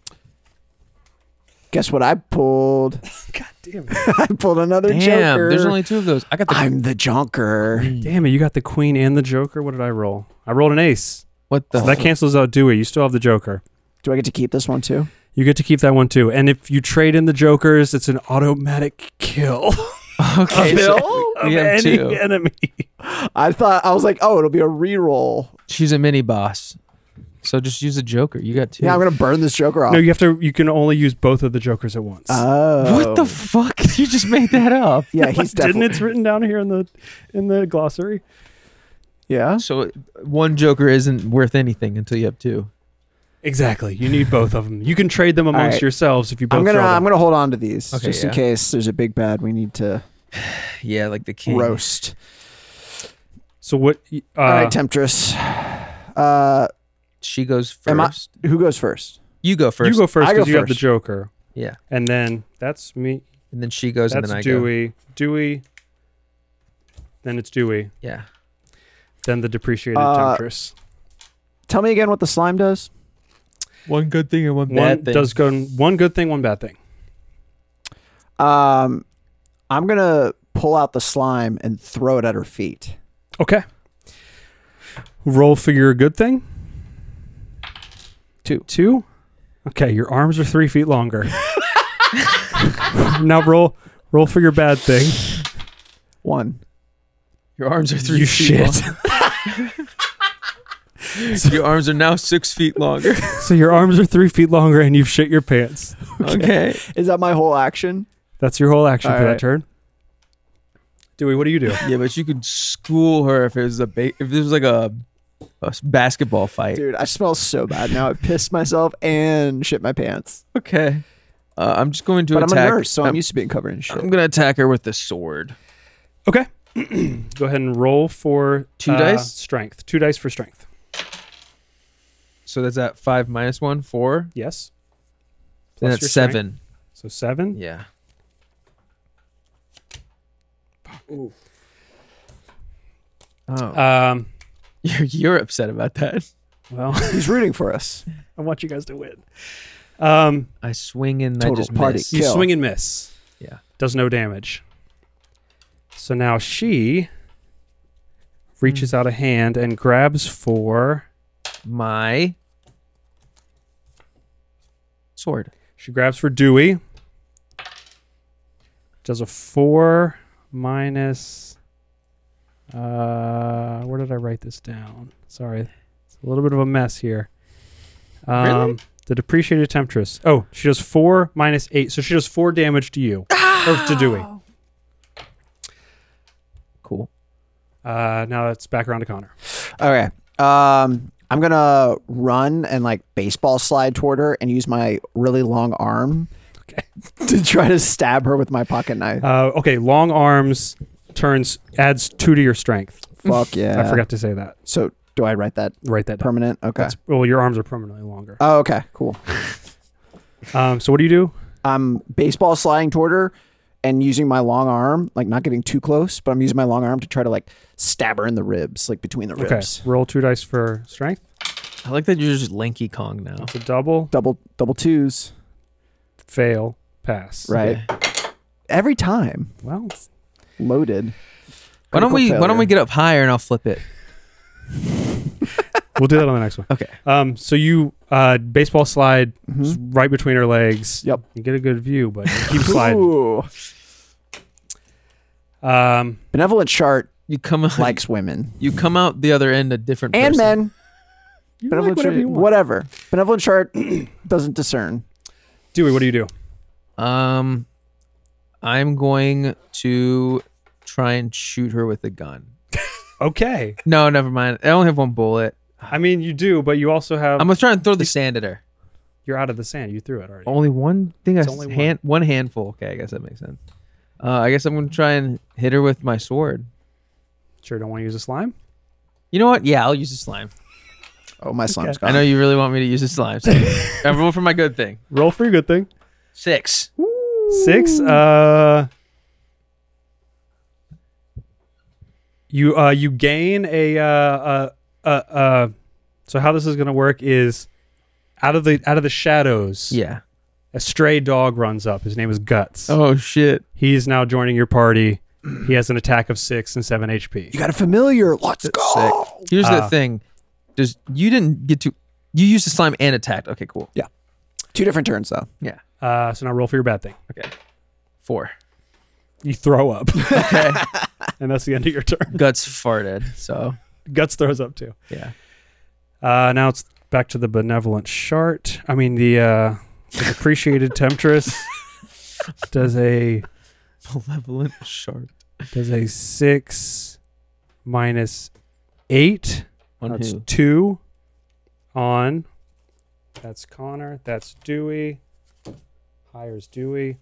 Guess what I pulled? God damn [laughs] I pulled another Damn, joker. there's only two of those. I got the I'm the jonker. [clears throat] Damn it! You got the queen and the joker. What did I roll? I rolled an ace. what the So that cancels out Dewey. You still have the joker. Do I get to keep this one too? You get to keep that one too. And if you trade in the jokers, it's an automatic kill [laughs] [laughs] okay. so we of have any two. enemy. I thought I was like, oh, it'll be a reroll. She's a mini boss, so just use a joker. You got two. Yeah, I'm gonna burn this joker Oh. off. No, you have to. You can only use both of the jokers at once. Ah. oh, what the fuck? [laughs] You just made that up. [laughs] yeah, he's Didn't definitely. it's written down here in the in the glossary? yeah. So one joker isn't worth anything until you have two. Exactly. You need both of them. You can trade them amongst right. yourselves if you both. I'm gonna um, throw I'm them. gonna hold on to these Okay, just in yeah. case there's a big bad we need to Yeah, like the king. roast. So what? y- Uh, All right, temptress. Uh, She goes Am I- first. who goes first? you go first. you go first I go because you have the first. Joker, Yeah, and then that's me. and then she goes, and That's then I go. Dewey. Dewey. Then it's Dewey. Yeah. Then the depreciated Uh, temptress. Tell me again what the slime does. One good thing and one, One does go one good thing, one bad thing. Um, I'm gonna pull out the slime and throw it at her feet. Okay. Roll for your good thing. Two. Two. Okay, your arms are three feet longer. [laughs] now roll roll for your bad thing. One. Your arms are [laughs] three you feet shit. [laughs] long. Your arms are now six feet longer. [laughs] so your arms are three feet longer and you've shit your pants. [laughs] okay. Is that my whole action? That's your whole action All for that right. turn. Dewey, what do you do? Yeah, but you could school her if it was a ba- if this was like a, a s- basketball fight. [laughs] Dude, I smell so bad now. I pissed myself and shit my pants. Okay. Uh, I'm just going to But I'm attack. a nurse, so I'm, I'm- used to being covered in shit. [laughs] I'm gonna attack her with the sword. Okay. [clears throat] Go ahead and roll for uh, Two dice? Strength. Two dice for strength. So that's at five minus one, four. Yes. Then Plus that's your strength. seven. So seven. Yeah. Oh, [laughs] Um, you're, you're upset about that. well, He's rooting for us. I want you guys to win. Um, I swing and I Total just party. miss. you Kill. swing and miss. Yeah. Does no damage. So now she reaches out a hand and grabs for. My sword. She grabs for Dewey. Does a four minus. Uh, where did I write this down? Sorry, it's a little bit of a mess here. Um, The depreciated temptress. Oh, she does four minus eight, so she does four damage to you or to Dewey. Cool. Uh, now it's back around to Connor. Okay. Um, I'm gonna run and like baseball slide toward her and use my really long arm Okay. [laughs] to try to stab her with my pocket [laughs] knife. Uh, okay, long arms turns adds two to your strength. Fuck yeah! I forgot to say that. So Do I write that Write that down. permanent? Okay. That's, well, your arms are permanently longer. oh, okay. Cool. Um, so what do you do? I'm baseball sliding toward her and using my long arm, like not getting too close, but I'm using my long arm to try to like stab her in the ribs, like between the ribs. Okay, roll two dice for strength. I like that you're just lanky Kong now. It's a double, Double double twos, fail, pass. right? Every time, Well, loaded. Why don't Critical we Why don't failure. we get up higher and I'll flip it? we'll do that on the next one. Okay. Um, so you uh, baseball slide Mhm. s- right between her legs. Yep. You get a good view, but you keep sliding. Ooh. Um, [laughs] Benevolent Shart You come out likes women you come out the other end a different and person. men. you like Benevolent whatever Shart, you want. whatever. Benevolent Shart [clears throat] doesn't discern. Dewey, what do you do? Um, I'm going to try and shoot her with a gun. Okay. No, never mind. I only have one bullet. I mean, you do, but you also have. I'm gonna try and throw the sand at her. you're out of the sand. You threw it already. Only one thing. It's I only only one. hand, one. handful. Okay, I guess that makes sense. Uh, I guess I'm gonna try and hit her with my sword. Sure, don't want to use a slime. You know what? Yeah, I'll use a slime. Oh, my slime's I gone. know you really want me to use a slime. [laughs] So I'm rolling for my good thing. Roll for your good thing. Six. Six. Uh, you uh, you gain a uh, uh, uh, uh, so how this is gonna work is out of the out of the shadows. Yeah. A stray dog runs up. His name is Guts. Oh shit. He is now joining your party. He has an attack of six and seven HP. You got a familiar. Let's go. Here's Uh, the thing. Does you didn't get to you used the slime and attacked. Okay, cool. Two different turns though. Yeah. Uh, so now roll for your bad thing. Okay. Four. You throw up, Okay. [laughs] and that's the end of your turn. Guts farted. So Guts throws up too. yeah. Uh, now it's back to the benevolent shart. I mean the, uh, the appreciated temptress does a [laughs] Malevolent shark. does a six minus eight. On that's who? two on. That's Connor. That's Dewey. Hires Dewey.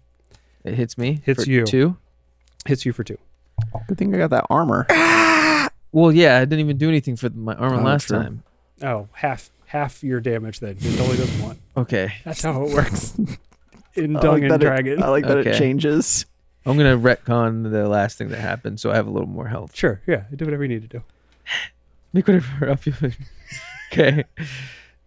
It hits me. Hits for you. Two. Hits you for two. Good thing I got that [laughs] armor. Well, yeah, I didn't even do anything for my armor Oh, last true. time. Oh, half half your damage then. It only does one. Okay. That's how it works. In I Dung like and that it- Dragon. I like that it Okay. changes. I'm gonna retcon the last thing that happened, so I have a little more health. [laughs] sure, yeah. Do whatever you need to do. Make whatever up you. okay.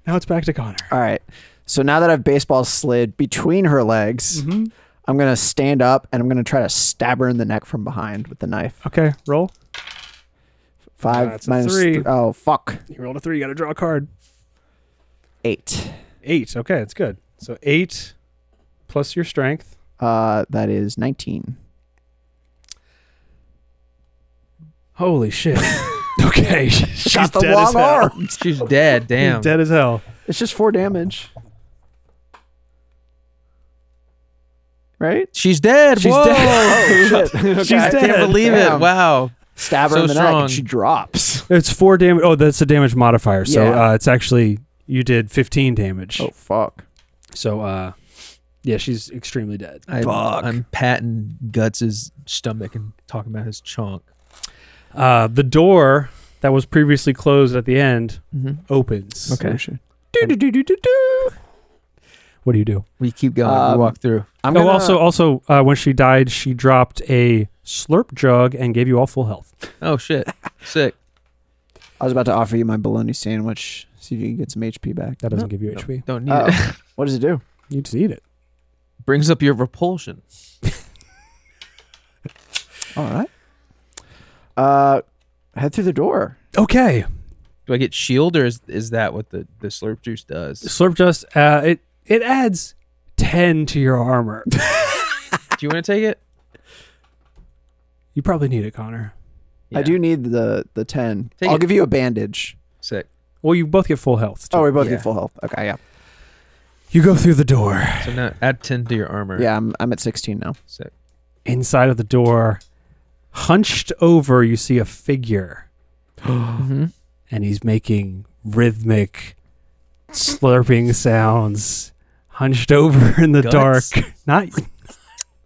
Now it's back to Connor. All right. So now that I've baseball slid between her legs, I'm gonna stand up and I'm gonna try to stab her in the neck from behind with the knife. Okay, roll. Five That's a minus three. th- oh fuck You rolled a three, you gotta draw a card. eight. Eight. Okay, that's good. So eight plus your strength. Uh, that is nineteen. Holy [laughs] shit. okay. She's Got the dead long as hell. arm. She's dead. Damn. She's dead as hell. It's just four damage. Right? She's dead. She's Whoa. [laughs] Oh shit! Okay. She's I can't dead. believe it. Damn. Wow. Stab her So in the neck. strong. And she drops. It's four damage. Oh, that's a damage modifier. So Yeah. uh, it's actually you did fifteen damage. Oh fuck! So uh, yeah, she's extremely dead. I, Fuck. I'm patting Guts' stomach and talking about his chonk. Uh, the door that was previously closed at the end Mm-hmm. opens. Oh, Okay. Do do do do do do. What do you do? We keep going. Um, we walk through. I'm Oh, gonna also, also uh, when she died, she dropped a slurp jug and gave you all full health. Oh shit. Sick. I was about to offer you my bologna sandwich. See if you can get some HP back. That doesn't No, give you no. HP. Don't need it. [laughs] Oh, [laughs] what does it do? You just eat it. Brings up your repulsion. All right. Uh, head through the door. Okay. Do I get shield or is, is that what the, the slurp juice does? Slurp just uh, it it adds ten to your [laughs] armor. Do you want to take it? you probably need it, Connor. I Yeah. do need the the ten. Take I'll it. give you a bandage. Sick. Well, you both get full health. too. Oh, we both Yeah. get full health. Okay, yeah, You go through the door. So now add 10 to your armor. yeah. I'm I'm at sixteen now. Sick. Inside of the door, hunched over, you see a figure, Mm-hmm. and he's making rhythmic slurping sounds. Hunched over [laughs] in the Guts? dark, not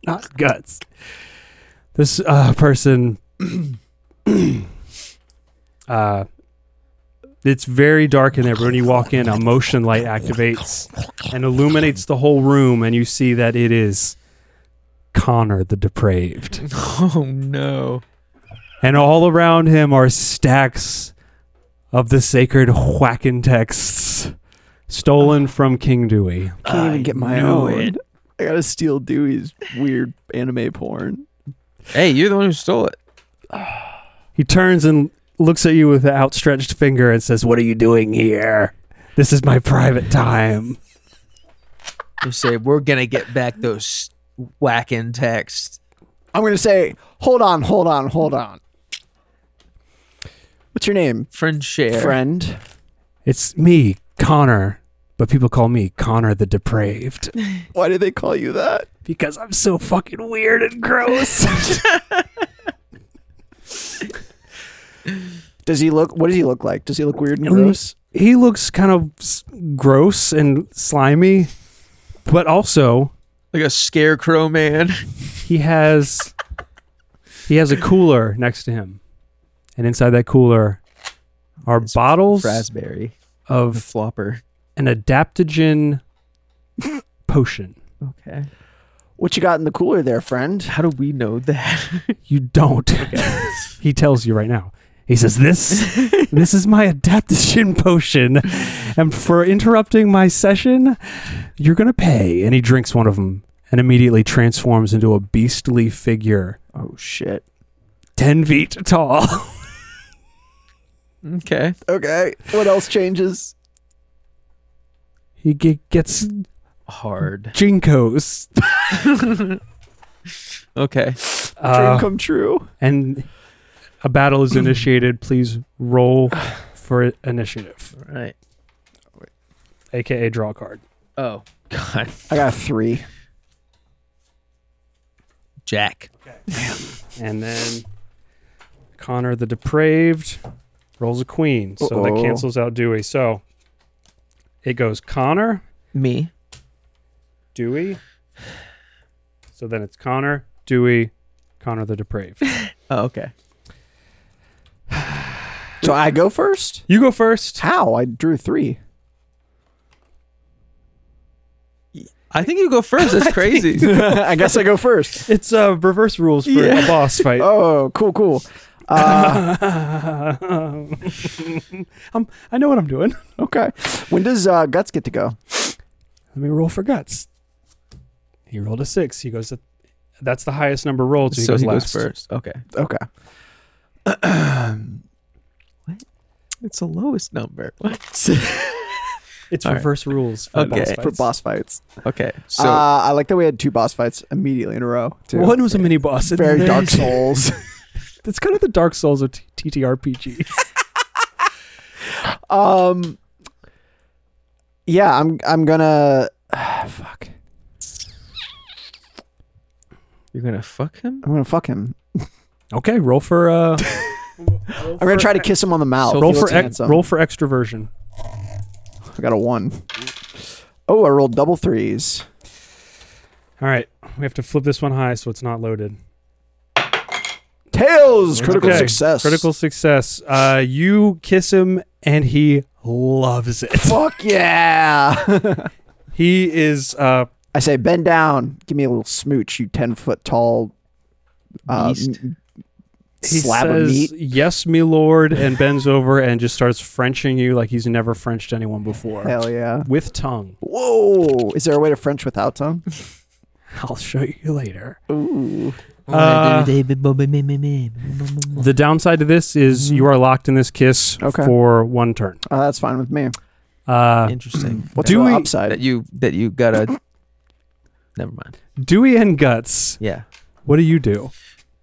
not guts. This [clears throat] uh, person uh, It's very dark in there, but when you walk in, a motion light activates and illuminates the whole room, and you see that it is Connor the Depraved. Oh no. And all around him are stacks of the sacred Whackin texts stolen from King Dewey. I can't I even get my knew own. it. I gotta steal Dewey's weird anime porn. Hey, you're the one who stole it. He turns and looks at you with an outstretched finger and says, What are you doing here? This is my private time. You say we're gonna get back those whacking texts. I'm gonna say, hold on, hold on, hold on. What's your name, Friend share. friend? It's me, Connor, but people call me Connor the Depraved Why do they call you that? because I'm so fucking weird and gross. [laughs] Does he look? What does he look like? Does he look weird and Um, gross? he looks kind of s- gross and slimy, but also Like a scarecrow man. he has he has a cooler next to him, and inside that cooler are It's bottles Raspberry. The of flopper. an adaptogen potion. Okay. What you got in the cooler there, friend? How do we know that? You don't. he tells you right now. He says, [laughs] "This, this is my adaptogen potion, and for interrupting my session, you're gonna pay." And he drinks one of them, and immediately transforms into a beastly figure, Oh shit. ten [laughs] feet tall. Okay. Okay. What else changes? he g- gets Hard. jinkos, Okay. Dream uh, come true. and a battle [clears throat] is initiated. Please roll for initiative, All right. aka draw a card. Oh God. I got a three. Jack. And then Connor the Depraved rolls a queen. So that Uh-oh. cancels out Dewey. So it goes Connor, Me. Dewey. So then it's Connor, Dewey, Connor the [laughs] Depraved. Oh, okay. So I go first. You go first. How? I drew [laughs] three. [laughs] I think you go first. That's crazy. I guess I go first. It's uh, reverse rules for a boss fight. [laughs] Oh, cool, [laughs] cool. Uh, I'm, Um, I know what I'm doing. okay. When does uh, guts get to go? Let me roll for guts. He rolled a six. He goes, that's the highest number rolled. So he so goes he goes last. first. Okay. Okay. It's the lowest number. It's All right. reverse rules for Okay. boss For fights. For boss fights. Okay. So uh, I like that we had two boss fights immediately in a row. Too. One was a mini boss. and Very then- Dark Souls. [laughs] It's kind of the Dark Souls of t- TTRPGs. um. Yeah, I'm. I'm gonna. [sighs] fuck. you're gonna fuck him. I'm gonna fuck him. okay, roll for uh, I'm gonna try to kiss him on the mouth. So roll He for looks ex- handsome. roll for extroversion. I got a one. Oh, I rolled double threes. All right, we have to flip this one high so it's not loaded. Tails, critical Okay. success. Critical success. Uh, you kiss him and he loves it. Fuck yeah! [laughs] He is uh, I say, bend down, give me a little smooch, you ten foot tall uh, Beast. m- he slab of says, [laughs] meat. "Yes, me lord," and bends over and just starts frenching you like he's never frenched anyone before Hell yeah! with tongue. Whoa! Is there a way to French without tongue? I'll show you later. Ooh! Uh, the The downside to this is you are locked in this kiss Okay. for one turn. Oh, that's fine with me. Uh, [clears throat] interesting. What's Do the we- that upside? you that you gotta. [coughs] Never mind. Dewey and Guts, Yeah. what do you do?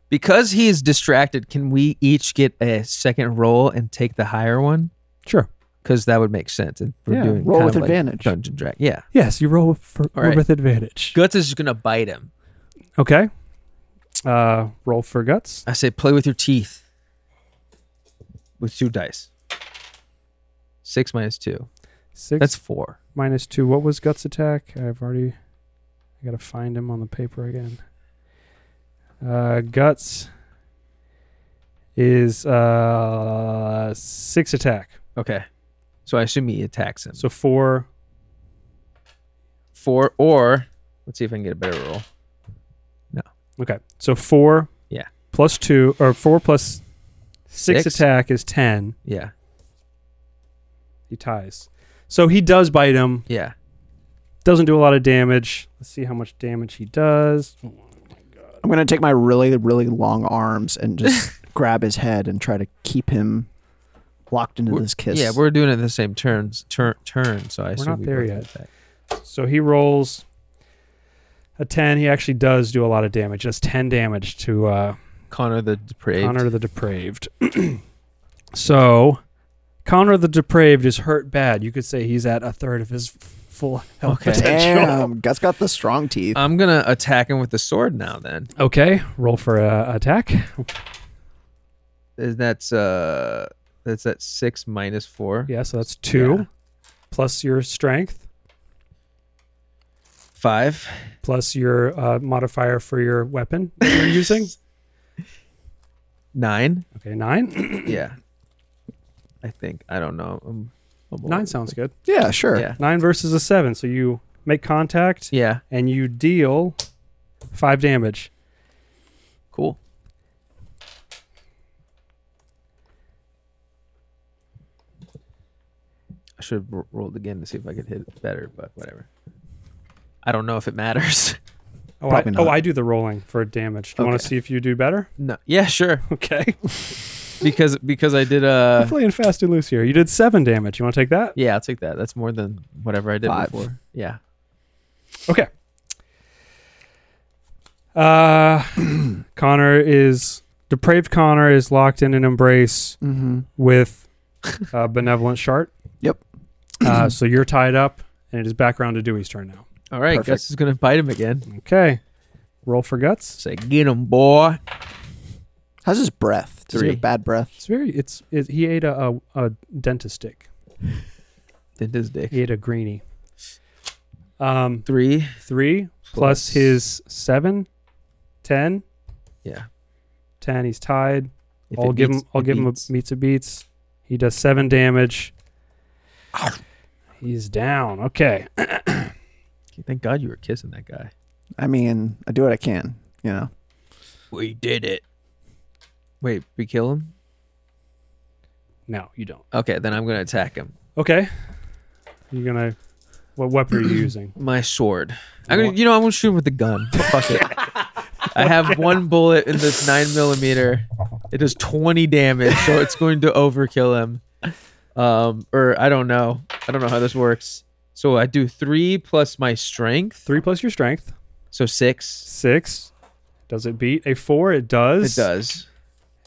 Because he is distracted, can we each get a second roll and take the higher one? Sure. Because that would make sense. And we're Yeah, doing roll kind with of like advantage. Dungeon drag. Yeah. Yes, you roll for, All right. with advantage. Guts is just gonna bite him. Okay. Uh, roll for Guts. I say, play with your teeth. With two dice. Six minus two. Six That's four. minus two. What was Guts' attack? I've already. I gotta find him on the paper again. Uh, Guts is uh six attack. Okay. So I assume he attacks him. So So four. four or let's see if I can get a better roll. Okay. So four. Yeah. Plus two or four plus six, Six? attack is ten. Yeah. He ties. So he does bite him. Yeah. Doesn't do a lot of damage. Let's see how much damage he does. I'm gonna take my really, really long arms and just [laughs] grab his head and try to keep him locked into We're- this kiss. Yeah, we're [laughs] doing it the same turns turn turn, so I assume not we there both yet. attack. So he rolls a ten. He actually does do a lot of damage. Does ten damage to uh, Connor the depraved. Connor the Depraved. [clears throat] so, Connor the Depraved is hurt bad. You could say he's at a third of his f- full health Okay. potential. damn. Guts got the strong teeth. I'm gonna attack him with the sword now. Then Okay, roll for uh, attack. Is that's uh that's at six minus four. Yeah, so that's two Yeah. plus your strength Five. plus your uh, modifier for your weapon that [laughs] you're using. Nine. Okay, nine. [clears throat] yeah. I think I don't know. I'm- I'm Nine old. sounds good. yeah, sure. Yeah. Nine versus a seven. So you make contact Yeah. and you deal five damage. Cool. I should have rolled again to see if I could hit it better, but whatever. I don't know if it matters. Oh, I, Probably not. oh, I do the rolling for damage. Do you want to Okay. see if you do better? [laughs] [laughs] No. Yeah, sure. Okay. Because because I did [laughs] We're uh playing fast and loose here. You did seven damage. You want to take that? yeah, I'll take that. That's more than whatever I did Five. before. Yeah. Okay. [clears throat] Uh, Connor is depraved. Connor is locked in an embrace Mm-hmm. with uh, benevolent Shart. Yep. Uh, [clears throat] so you're tied up, and it is back around to Dewey's turn now. All right, Perfect. Gus is gonna bite him again. Okay. Roll for guts. Say, get him, boy. How's his breath? Does he Three. have bad breath? It's very. It's it, he ate a, a a dentist stick. Did his dick. He ate a greenie. Um, Three. three plus his seven, ten, Yeah. ten. He's tied. If I'll it give beats, him. I'll it give beats. him a meets a beats. He does seven damage. He's down. Okay. Thank God you were kissing that guy. I mean, I do what I can. You know, We did it. Wait, we kill him? No, you don't. Okay, then I'm gonna attack him. Okay. You're gonna. What [clears throat] weapon are you using? My sword. I'm gonna, What? you know, I'm gonna shoot him with the [laughs] gun. Fuck it. I have one bullet in this nine millimeter. It does 20 damage, so it's going to overkill him. Um, or I don't know. I don't know how this works. So I do three plus my strength, Three plus your strength. so six. Six. Does it beat a four? It does. It does.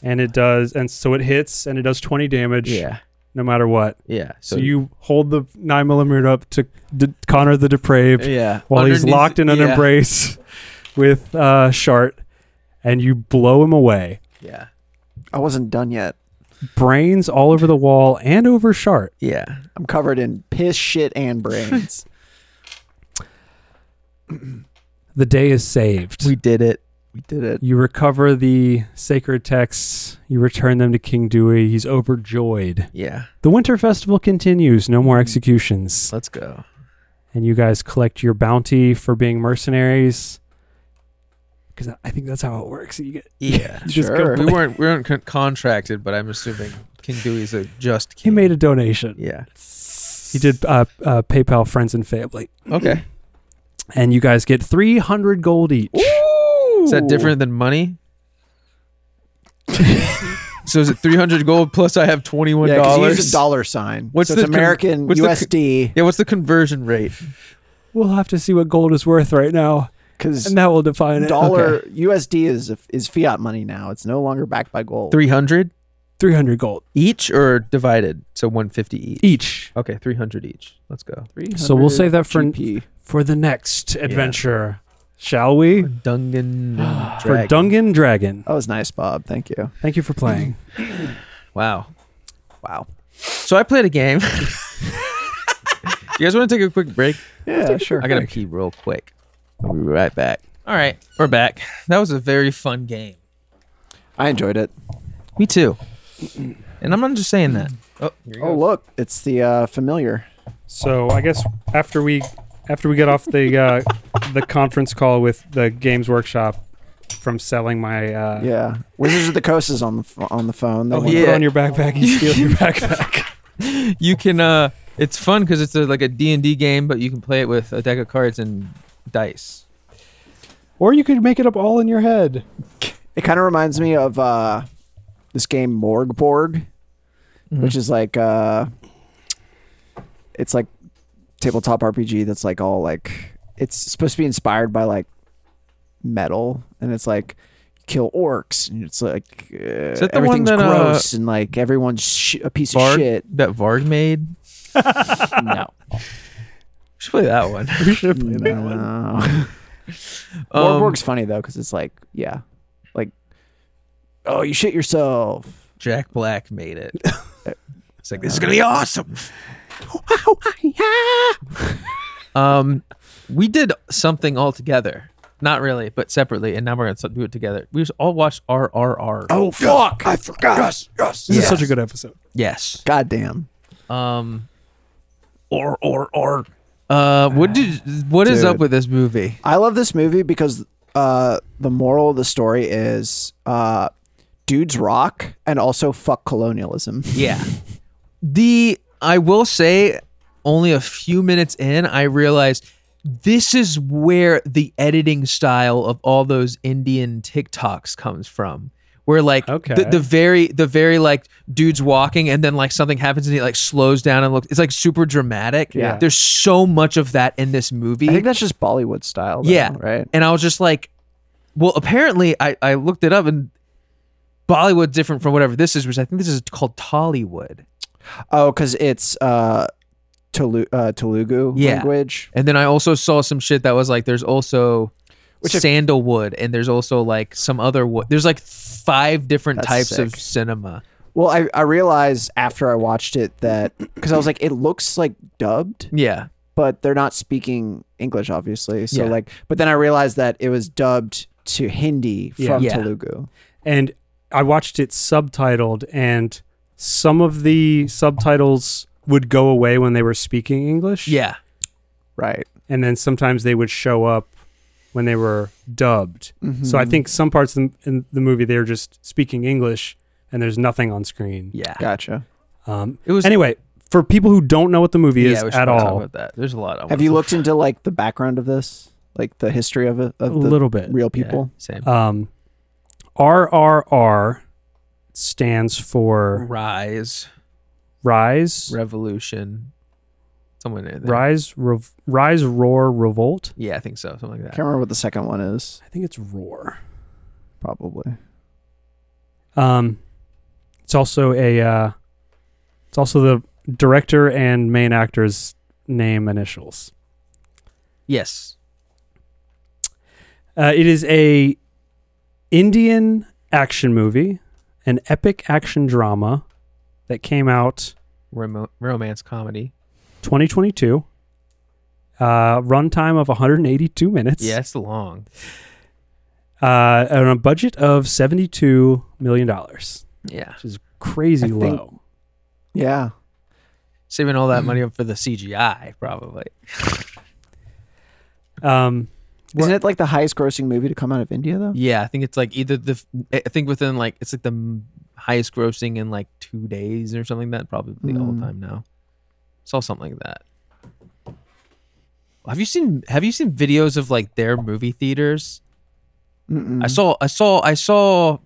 And it does. And so it hits, and it does twenty damage. Yeah, No matter what. yeah. So, you hold the nine millimeter up to D- Connor the Depraved. yeah. while he's Underneath- locked in an yeah, embrace with uh, Shart, and you blow him away. Yeah, I wasn't done yet. Brains all over the wall and over Shart. [clears throat] yeah. I'm covered in piss, shit, [laughs] and brains. The day is saved. We did it. we did it. you recover the sacred texts. You return them to King Dewey. He's overjoyed. Yeah. The Winter Festival continues. No more executions. Let's go. And you guys collect your bounty for being mercenaries. Because I think that's how it works. You get Yeah. you just go- Sure. we weren't we weren't con- contracted, but I'm assuming King Dewey's a just [laughs] he king. made a donation. yeah. He did uh, uh, PayPal friends and family. Okay. and you guys get 300 gold each. Is that different than money? so is it 300 gold plus I have 21 Yeah, because he used dollars? a dollar sign. What's so it's the con- American what's the con- USD? yeah, what's the conversion rate? We'll have to see what gold is worth right now, Because and that will define it. dollar USD is is fiat money now. It's no longer backed by gold. 300 300 gold each or divided? So 150 each. each Okay, 300 each. Let's go. So we'll save that for- GP. for the next adventure, shall we? Dungan and Hmm. [gasps] For Dragon. Dungan Dragon. That was nice, Bob. Thank you. Thank you for playing. Wow. Wow. So I played a game. [laughs] you guys want to take a quick break? Yeah, sure. I gotta pee real quick. I'll be right back. All right, we're back. That was a very fun game. I enjoyed it. Me too. And I'm not just saying that. Oh, here you Oh, look, it's the uh, familiar. So I guess after we after we get off the uh, the conference call with the Games Workshop from selling my uh, Yeah, Wizards of the Coast is on the ph- on the phone. They oh, want- you yeah. put it on your backpack, you steal [laughs] your backpack. go. You can. uh It's fun because it's a, like a D and D game, but you can play it with a deck of cards and dice. Or you could make it up all in your head. It kind of reminds me of uh, this game Morgborg, Hmm. which is like uh, it's like tabletop RPG that's like all like it's supposed to be inspired by like metal, and it's like kill orcs, and it's like uh, that the one everything's that, uh, gross, and like everyone's sh- a piece of Varg [laughs] shit. that Varg made. We no, should play that [laughs] one. We should play that [laughs] one. no. Um, Morgborg's funny though because it's like yeah, like oh you shit yourself. Jack Black made [laughs] it. It's like this is gonna be awesome. um, we did something all together. Not really, but separately, and now we're gonna do it together. We just all watched RRR. Oh fuck! I forgot. Yes, yes. This is such a good episode. yes. Goddamn. Um, or or or. Uh, what did what is up Dude. with this movie? I love this movie because uh, the moral of the story is uh, dudes rock and also fuck colonialism. Yeah. The I will say only a few minutes in I realized this is where the editing style of all those Indian TikToks comes from. Where like Okay. the, the very the very like dudes walking and then like something happens and he like slows down and looks it's like super dramatic. Yeah. There's so much of that in this movie. I think that's just Bollywood style. though, Yeah. Right. And I was just like, well, apparently I, I looked it up and Bollywood's different from whatever this is, which I think this is called Tollywood. Oh, because it's uh, Tolu- uh, Telugu Yeah. language. And then I also saw some shit that was like there's also Which I- sandalwood and there's also like some other wood. There's like five different That's types of sick. cinema. Well, I, I realized after I watched it that because I was like, it looks like dubbed, Yeah. but they're not speaking English, obviously. So Yeah. like, but then I realized that it was dubbed to Hindi Yeah. from Yeah. Telugu. And I watched it subtitled, and some of the subtitles would go away when they were speaking English. Yeah. Right. and then sometimes they would show up when they were dubbed. So Hmm. Mm-hmm. I think some parts in, in the movie they're just speaking English and there's nothing on screen. Yeah. Gotcha. Um, It was anyway, for people who don't know what the movie yeah, is we should at talk all, about that. There's a lot of Have you [laughs] looked into like the background of this, like the history of it, a of the little bit. real people? Uh, same. Um, RRR stands for Rise, Rise, revolution. Someone in there. Rise, Rev- Rise, Roar, Revolt. Yeah, I think so. Something like I that. can't remember what the second one is. I think it's Roar. Probably. Um, it's also a. Uh, it's also the director and main actor's name initials. Yes. Uh, it is a Indian action movie, an epic action drama that came out Remo- romance comedy. 2022. Uh, runtime of 182 minutes. Yeah, it's long. Uh, and a budget of 72 million dollars, Yeah. which is crazy I think- low. Yeah. Saving all [clears throat] that money up for the CGI, probably. [laughs] Um, Isn't it like the highest grossing movie to come out of India though? Yeah, I think it's like either the I think within like it's like the m- highest grossing in like two days or something like that probably all Mm. time now. It's all something like that. Have you seen Have you seen videos of like their movie theaters? Mm-mm. I saw I saw I saw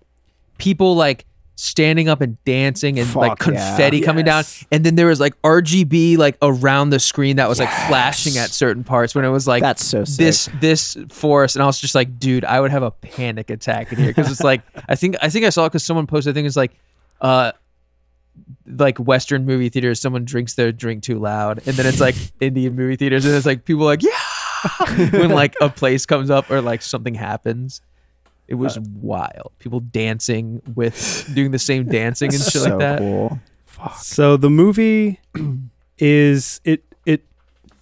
people like standing up and dancing and like Fuck yeah. confetti coming down and then there was like RGB like around the screen that was like flashing at certain parts when it was like That's so sick. this this forest and i was just like dude i would have a panic attack in here because it's [laughs] like i think i think i saw it because someone posted i think it's like uh like western movie theaters someone drinks their drink too loud and then it's [laughs] like indian movie theaters and it's like people like yeah when like a place comes up or like something happens it was Uh, wild people dancing with doing the same dancing [laughs] and shit so like that cool. so the movie is it it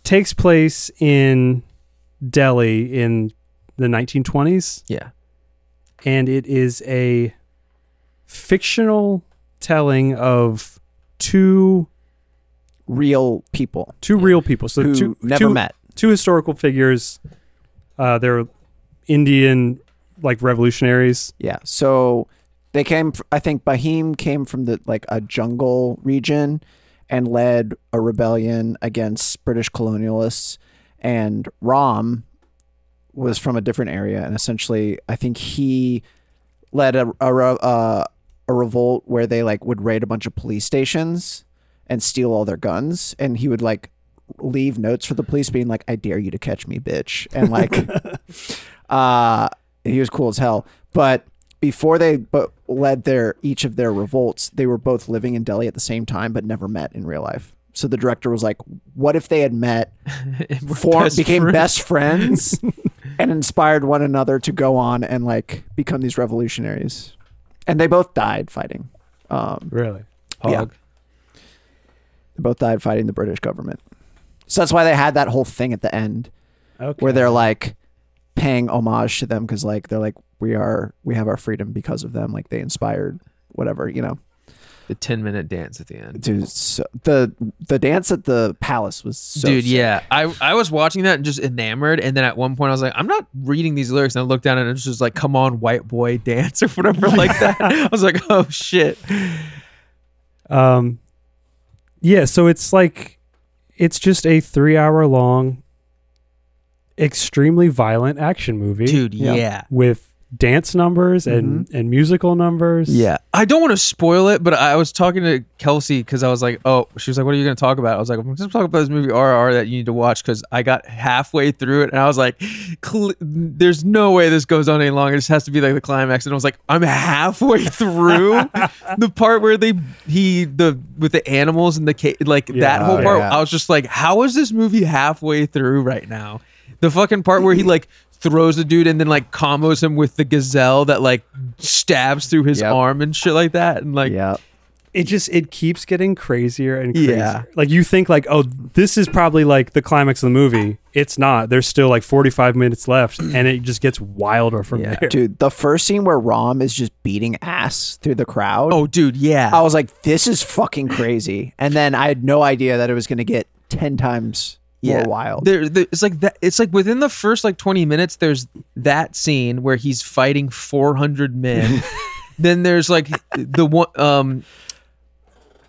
takes place in Delhi in the 1920s. yeah and it is a fictional telling of two Real people two real people. So who two never two, met. two historical figures. Uh, they're Indian like revolutionaries. Yeah. So they came. f- I think Bahim came from the like a jungle region and led a rebellion against British colonialists. And Ram was from a different area, and essentially, I think he led a a, re- uh, a revolt where they like would raid a bunch of police stations and steal all their guns, and he would like leave notes for the police being like i dare you to catch me bitch and [laughs] like uh he was cool as hell but before they but led their each of their revolts, they were both living in Delhi at the same time, but never met in real life. So the director was like, "What if they [laughs] had met, We're form, best became friends. [laughs] best friends, and inspired one another to go on and like become these revolutionaries?" And they both died fighting. Um, Really? Yeah. Hog. they both died fighting the British government. So that's why they had that whole thing at the end Okay. where they're like paying homage to them because like they're like we are we have our freedom because of them. Like they inspired whatever you know. The ten minute dance at the end. dude so, the the dance at the palace was so Dude, sick. yeah. I, I was watching that and just enamored. And then at one point, I was like, I'm not reading these lyrics. And I looked down and it was just like, come on, white boy [laughs] dance or whatever, [laughs] like that. I was like, oh, shit. Um, yeah, so it's like it's just a three-hour-long, extremely violent action movie Dude, Yeah. yeah. with dance numbers and and musical numbers. I don't want to spoil it, but I was talking to Kelsey because I was like, oh, she was like, what are you going to talk about? I was like, I'm just talking about this movie RR that you need to watch because I got halfway through it and I was like, cl- there's no way this goes on any longer. It just has to be like the climax. And I was like, I'm halfway [laughs] through [laughs] the part where they, he, the, with the animals and the, ca- like that Yeah, whole part. yeah. I was just like, how is this movie halfway through right now? The fucking part where he like, throws the dude and then like combos him with the gazelle that like stabs through his Yep. arm and shit like that and like yeah It just it keeps getting crazier and crazier. Yeah. Like you think like, oh, this is probably like the climax of the movie. It's not. There's still like 45 minutes left and it just gets wilder from Yeah. there. dude the first scene where rom is just beating ass through the crowd oh dude yeah i was like this is fucking crazy and then i had no idea that it was going to get 10 times more wild There, there- it's like that. It's like within the first like twenty minutes, there's that scene where he's fighting four hundred [laughs] men. then there's like the one, um,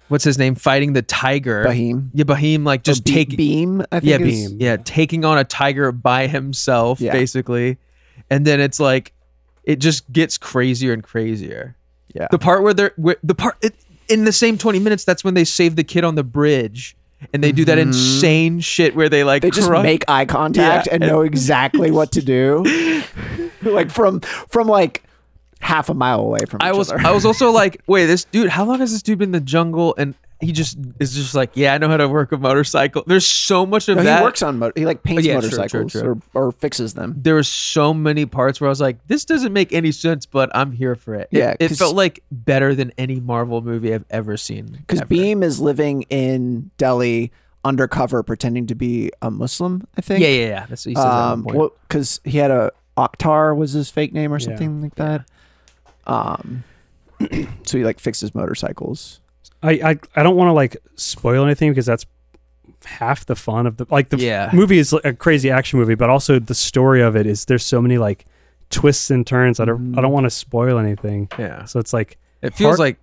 what's his name, fighting the tiger. Bahim. Oh, Yeah, Bahim. Like just Be- taking. beam i think Yeah, is- Beam. Yeah, taking on a tiger by himself, Yeah. basically. And then it's like, it just gets crazier and crazier. yeah The part where they're where, the part it, in the same twenty minutes. That's when they save the kid on the bridge, and they do that insane shit where they like Mm-hmm. they just crush- make eye contact Yeah, and and- know exactly what to do [laughs] like from from like half a mile away from I each was [laughs] other. I was [laughs] also like, wait, this dude, how long has this dude been in the jungle? And he just is just like, yeah, I know how to work a motorcycle. There's so much of No, that. Oh, he works on mo- he like paints yeah, true, true, motorcycles true. Or, or fixes them there were so many parts where I was like, this doesn't make any sense, but I'm here for it. It- Yeah, it, 'cause- felt like better than any Marvel movie I've ever seen. because ever. Beam is living in Delhi undercover, pretending to be a Muslim. I think. yeah, yeah, yeah. That's what he says at one Um, point. because he had a Oktar was his fake name or something like that. Um, [clears throat] so he like fixes motorcycles. I, I I don't want to like spoil anything because that's half the fun of the like the Yeah. movie is like, a crazy action movie, but also the story of it is there's so many like twists and turns. I don't Mm. I don't want to spoil anything. yeah, So it's like it feels Heart- like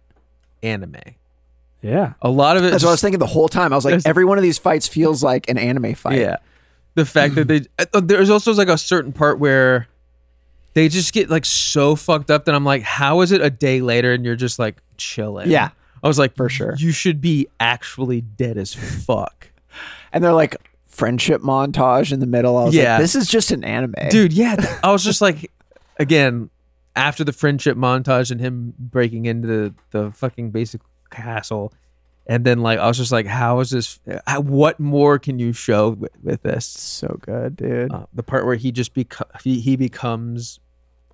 anime. [sighs] yeah, A lot of it. That's what I was just- thinking the whole time. I was like, There's- every one of these fights feels like an anime fight. Yeah. The fact that [clears throat] they uh, there's also like a certain part where they just get like so fucked up that I'm like, how is it a day later and you're just like chilling? Yeah. I was like, For sure. You should be actually dead as fuck. and they're like friendship montage in the middle. I was Yeah. like, this is just an anime, [laughs] Dude, yeah. th- I was just like again, after the friendship montage and him breaking into the, the fucking basic castle. And then, like, I was just like, "How is this? uh, How, what more can you show with, with this?" So good, [laughs] dude. uh, the part where he just beco- he, he becomes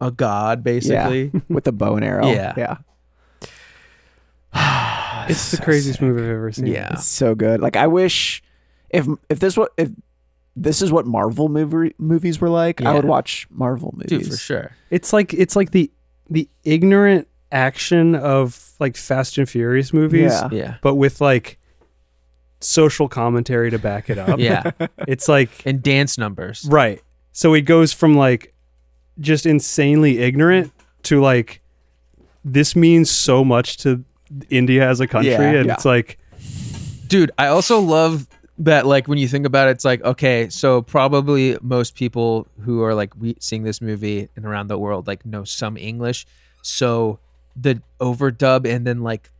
a god basically With the bow and arrow. Yeah. [sighs] Yeah. it's the craziest movie I've ever seen. yeah [laughs] It's so good. Like I wish if if this what if this is what Marvel movie movies were like, I would Yeah. watch Marvel movies. dude for sure it's like it's like the the ignorant action of like Fast and Furious movies, Yeah. Yeah. but with like social commentary to back it [laughs] up. Yeah. It's like and dance numbers. right. So it goes from like just insanely ignorant to like this means so much to India as a country Yeah. and Yeah. it's like Dude, I also love that like when you think about it, it's like, okay, so probably most people who are like we seeing this movie and around the world like know some English. So the overdub and then like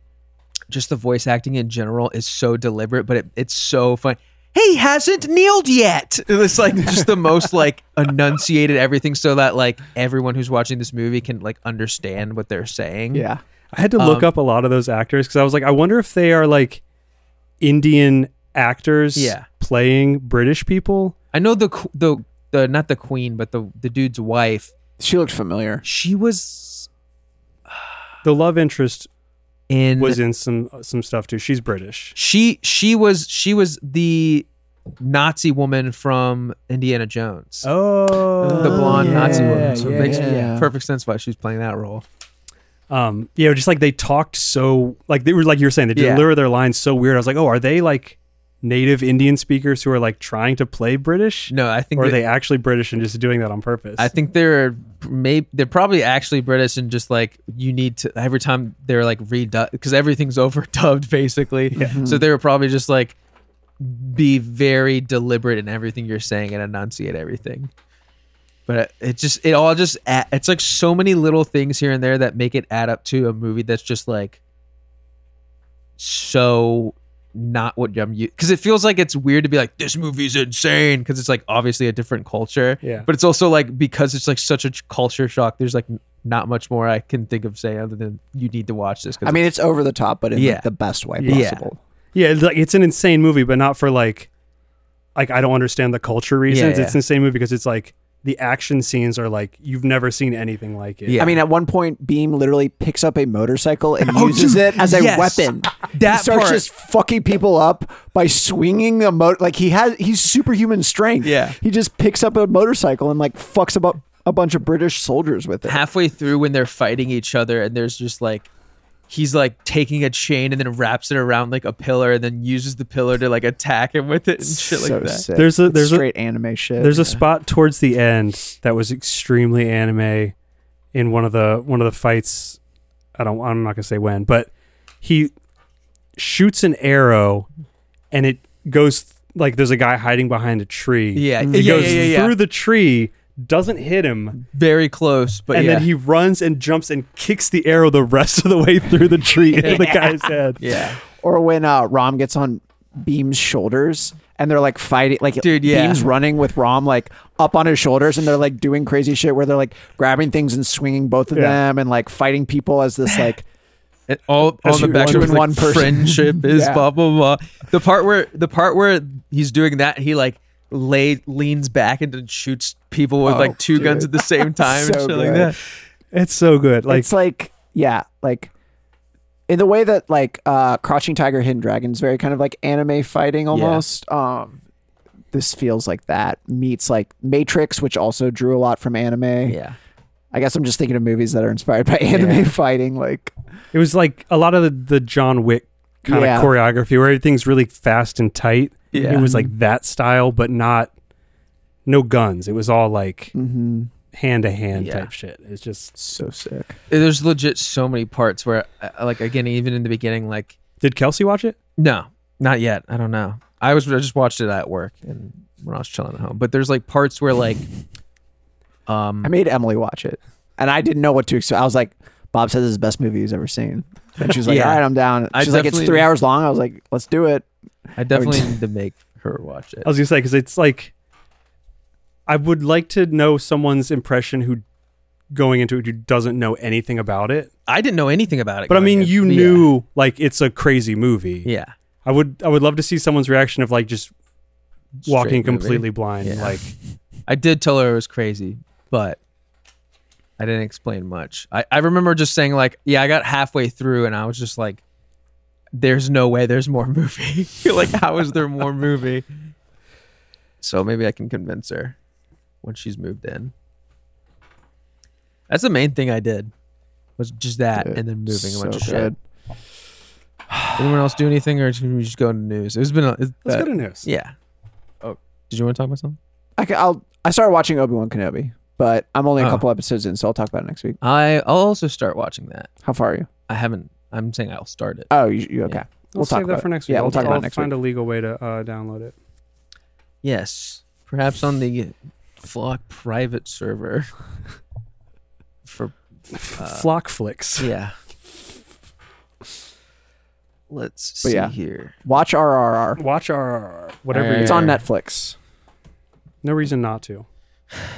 just the voice acting in general is so deliberate, but it, it's so fun. He hasn't kneeled yet. [laughs] It's like just the most like enunciated everything so that like everyone who's watching this movie can like understand what they're saying. Yeah. I had to look Um, up a lot of those actors because I was like, I wonder if they are like Indian actors Yeah. playing British people. I know the qu- the the not the queen, but the the dude's wife. She looked familiar. She was The love interest in [laughs] was in some uh, some stuff too. She's British. she she was she was the Nazi woman from Indiana Jones. Oh, The blonde yeah, Nazi woman. So yeah, it makes yeah. perfect sense why she was playing that role. Um, yeah, just like they talked so like they were like you were saying they Yeah. deliver their lines so weird. I was like, oh, are they like native Indian speakers who are like trying to play British, No, I think or are that- they actually British and just doing that on purpose? I think they're maybe they're probably actually British and just like you need to every time they're like redubbed because everything's [laughs] overdubbed basically. So they were probably just like be very deliberate in everything you're saying and enunciate everything. But it- it just it all just a- it's like so many little things here and there that make it add up to a movie that's just like so not what I'm used because it feels like it's weird to be like this movie's insane because it's like obviously a different culture yeah, but it's also like because it's like such a ch- culture shock there's like n- not much more i can think of saying other than you need to watch this 'cause I mean, it's over the top, but in Yeah. like, the best way Yeah. possible. Yeah, it's like it's an insane movie, but not for like like I don't understand the culture reasons. yeah. It's an insane movie because it's like the action scenes are like you've never seen anything like it. Yeah. I mean, at one point, Beam literally picks up a motorcycle and [laughs] Oh, uses dude, it as a yes. [laughs] weapon. That he starts part- just fucking people up by swinging the motor. Like he has, he's superhuman strength. Yeah. he just picks up a motorcycle and like fucks about a bunch of British soldiers with it. halfway through when they're fighting each other and there's just like he's like taking a chain and then wraps it around like a pillar and then uses the pillar to like attack him with it and shit So like that sick. There's a- It's there's a- straight anime shit. There's a spot towards the end that was extremely anime in one of the one of the fights. I don't I'm not gonna say when, but he shoots an arrow and it goes like there's a guy hiding behind a tree. yeah It yeah, goes yeah, yeah, through yeah. the tree, doesn't hit him, very close but and yeah then he runs and jumps and kicks the arrow the rest of the way through [laughs] the tree into the guy's head. yeah or when uh, Rom gets on Beam's shoulders and they're like fighting, like Dude, yeah. Beam's running with Rom like up on his shoulders and they're like doing crazy shit where they're like grabbing things and swinging both of Yeah. them and like fighting people as this like And all on the two- back two of in one one person. [laughs] friendship is Yeah. blah blah blah. The part where the part where he's doing that, he like lay leans back and then shoots people with Oh, like two guns at dude. [laughs] the same time and So shit like good. that. It's so good. [laughs] Like it's like yeah like in the way that like uh crouching tiger hidden dragon is very kind of like anime fighting almost um this feels like that meets like matrix which also drew a lot from anime Yeah, i guess i'm just thinking of movies that are inspired by anime [laughs] fighting like it was like a lot of the, the John Wick kind Yeah. of choreography where everything's really fast and tight. yeah. Mm-hmm. It was like that style, but not no guns. It was all like mhm, hand to hand Yeah. type shit. It's just so sick There's legit so many parts where, uh, like, again, even in the beginning, like, did Kelsey watch it? no, not yet. I don't know. I was I just watched it at work and when I was chilling at home. But there's like parts where like, um, i made emily watch it and i didn't know what to expect i was like bob says it's the best movie he's ever seen and she was [laughs] like Yeah. all right i'm down I she's like it's definitely- three hours long i was like let's do it I [laughs] definitely need to make her watch it. I was gonna say because it's like I would like to know someone's impression who going into it who doesn't know anything about it. I didn't know anything about it. But I going mean, in. you Yeah. knew like it's a crazy movie. yeah. I would I would love to see someone's reaction of like just Straight walking movie. completely blind. Yeah. Like I did tell her it was crazy, but I didn't explain much. I, I remember just saying like, yeah, I got halfway through and I was just like, there's no way there's more [laughs] movie. like, how is there more movie? So maybe I can convince her when she's moved in. That's the main thing I did was just that Dude, and then moving a bunch so of shit. good. Anyone else do anything or should we just go to news? It's been a, it's Let's that- go to news. yeah. Oh, did you want to talk about something? I ca- I'll, I started watching Obi Wan Kenobi, but I'm only a Oh. couple episodes in, so I'll talk about it next week. I I'll also start watching that. How far are you? I haven't. I'm saying I'll start it. Oh, you, you okay? Yeah. We'll We'll talk save that about for it. next week. Yeah, we'll I'll- talk about I'll it next find a legal way to uh, download it. Yes, perhaps on the Flock private server. For [laughs] Flock [laughs] flicks. yeah. Let's But see yeah. here. Watch RRR. Watch our whatever. Alright. you- It's on Netflix. No reason not to.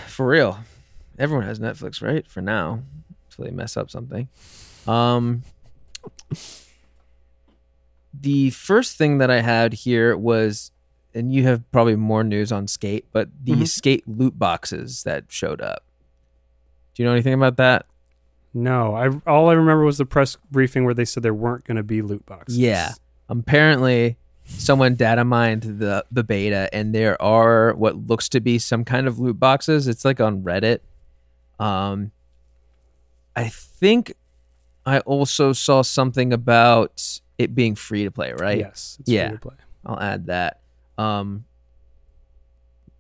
For real, everyone has Netflix, right? For now, until they mess up something. Um. The first thing that I had here was, and you have probably more news on Skate, but the Mhm. Skate loot boxes that showed up. Do you know anything about that? No, I all I remember was the press briefing where they said there weren't going to be loot boxes. Yeah. Apparently, someone data mined the the beta, and there are what looks to be some kind of loot boxes. It's like on Reddit. Um, I think I also saw something about it being free to play, right? Yes. It's Yeah. free to play. I'll add that. Um,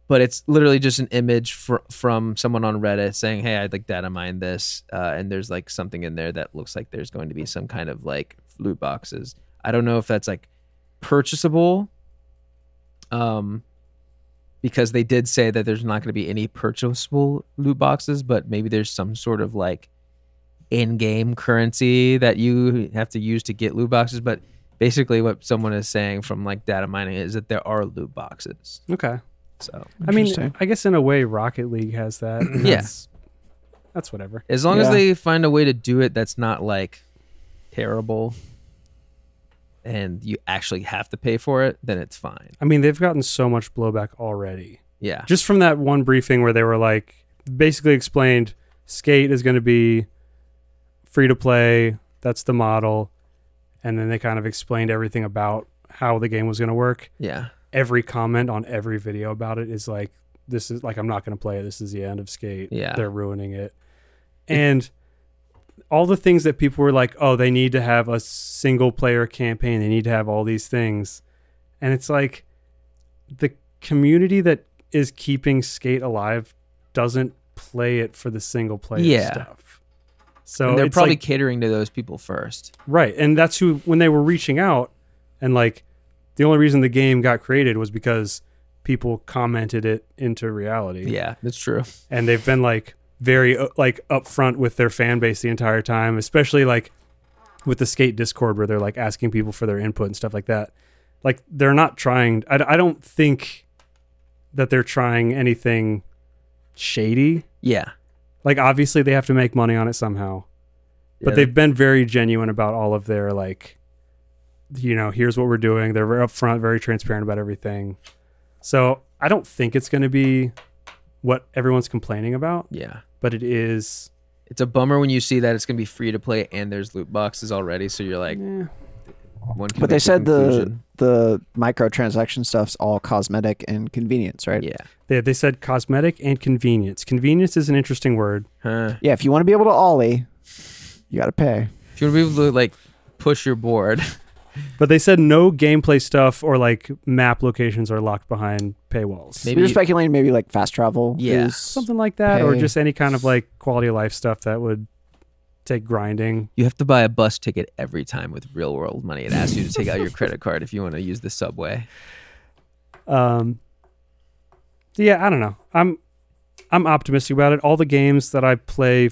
but it's literally just an image fr- from someone on Reddit saying, "Hey, I'd like data mine this," uh, and there's like something in there that looks like there's going to be some kind of like loot boxes. I don't know if that's like purchasable, um, because they did say that there's not going to be any purchasable loot boxes, but maybe there's some sort of like in-game currency that you have to use to get loot boxes. But basically what someone is saying from like data mining is that there are loot boxes. Okay. So I mean, Interesting. I guess in a way, Rocket League has [clears throat] that. and Yeah. That's, that's whatever. as long as Yeah. they find a way to do it that's not like terrible and you actually have to pay for it, then it's fine. I mean, they've gotten so much blowback already. Yeah. Just from that one briefing where they were like, basically explained Skate is going to be free to play. That's the model. And then they kind of explained everything about how the game was going to work. Yeah. Every comment on every video about it is like, this is like, I'm not going to play. it. This is the end of Skate. Yeah. They're ruining it. And all the things that people were like, oh, they need to have a single player campaign. They need to have all these things. And it's like the community that is keeping Skate alive doesn't play it for the single player Yeah. stuff. So and they're it's probably like- catering to those people first. Right. And that's who, when they were reaching out, and like the only reason the game got created was because people commented it into reality. Yeah, that's true. And they've been like very uh, like upfront with their fan base the entire time, especially like with the skate Discord where they're like asking people for their input and stuff like that. Like they're not trying, I, I don't think that they're trying anything shady. Yeah. Like obviously they have to make money on it somehow but Yeah, they've been very genuine about all of their like you know here's what we're doing they're very upfront very transparent about everything so i don't think it's going to be what everyone's complaining about Yeah. but it is It's a bummer when you see that it's going to be free to play and there's loot boxes already. So you're like, eh, one can But they make said the conclusion. the microtransaction stuff's all cosmetic and convenience, right? Yeah. they, they said cosmetic and convenience convenience is an interesting word Huh. Yeah, if you want to be able to ollie, you got to pay. If you want to be able to like push your board, but they said no gameplay stuff or like map locations are locked behind paywalls Maybe- we were speculating maybe like fast travel. Yeah. is- something like that or Pay. just any kind of like quality of life stuff that would take grinding You have to buy a bus ticket every time with real world money. It asks you to take [laughs] out your credit card if you want to use the subway. Um, yeah, I don't know. I'm I'm optimistic about it. All the games that I play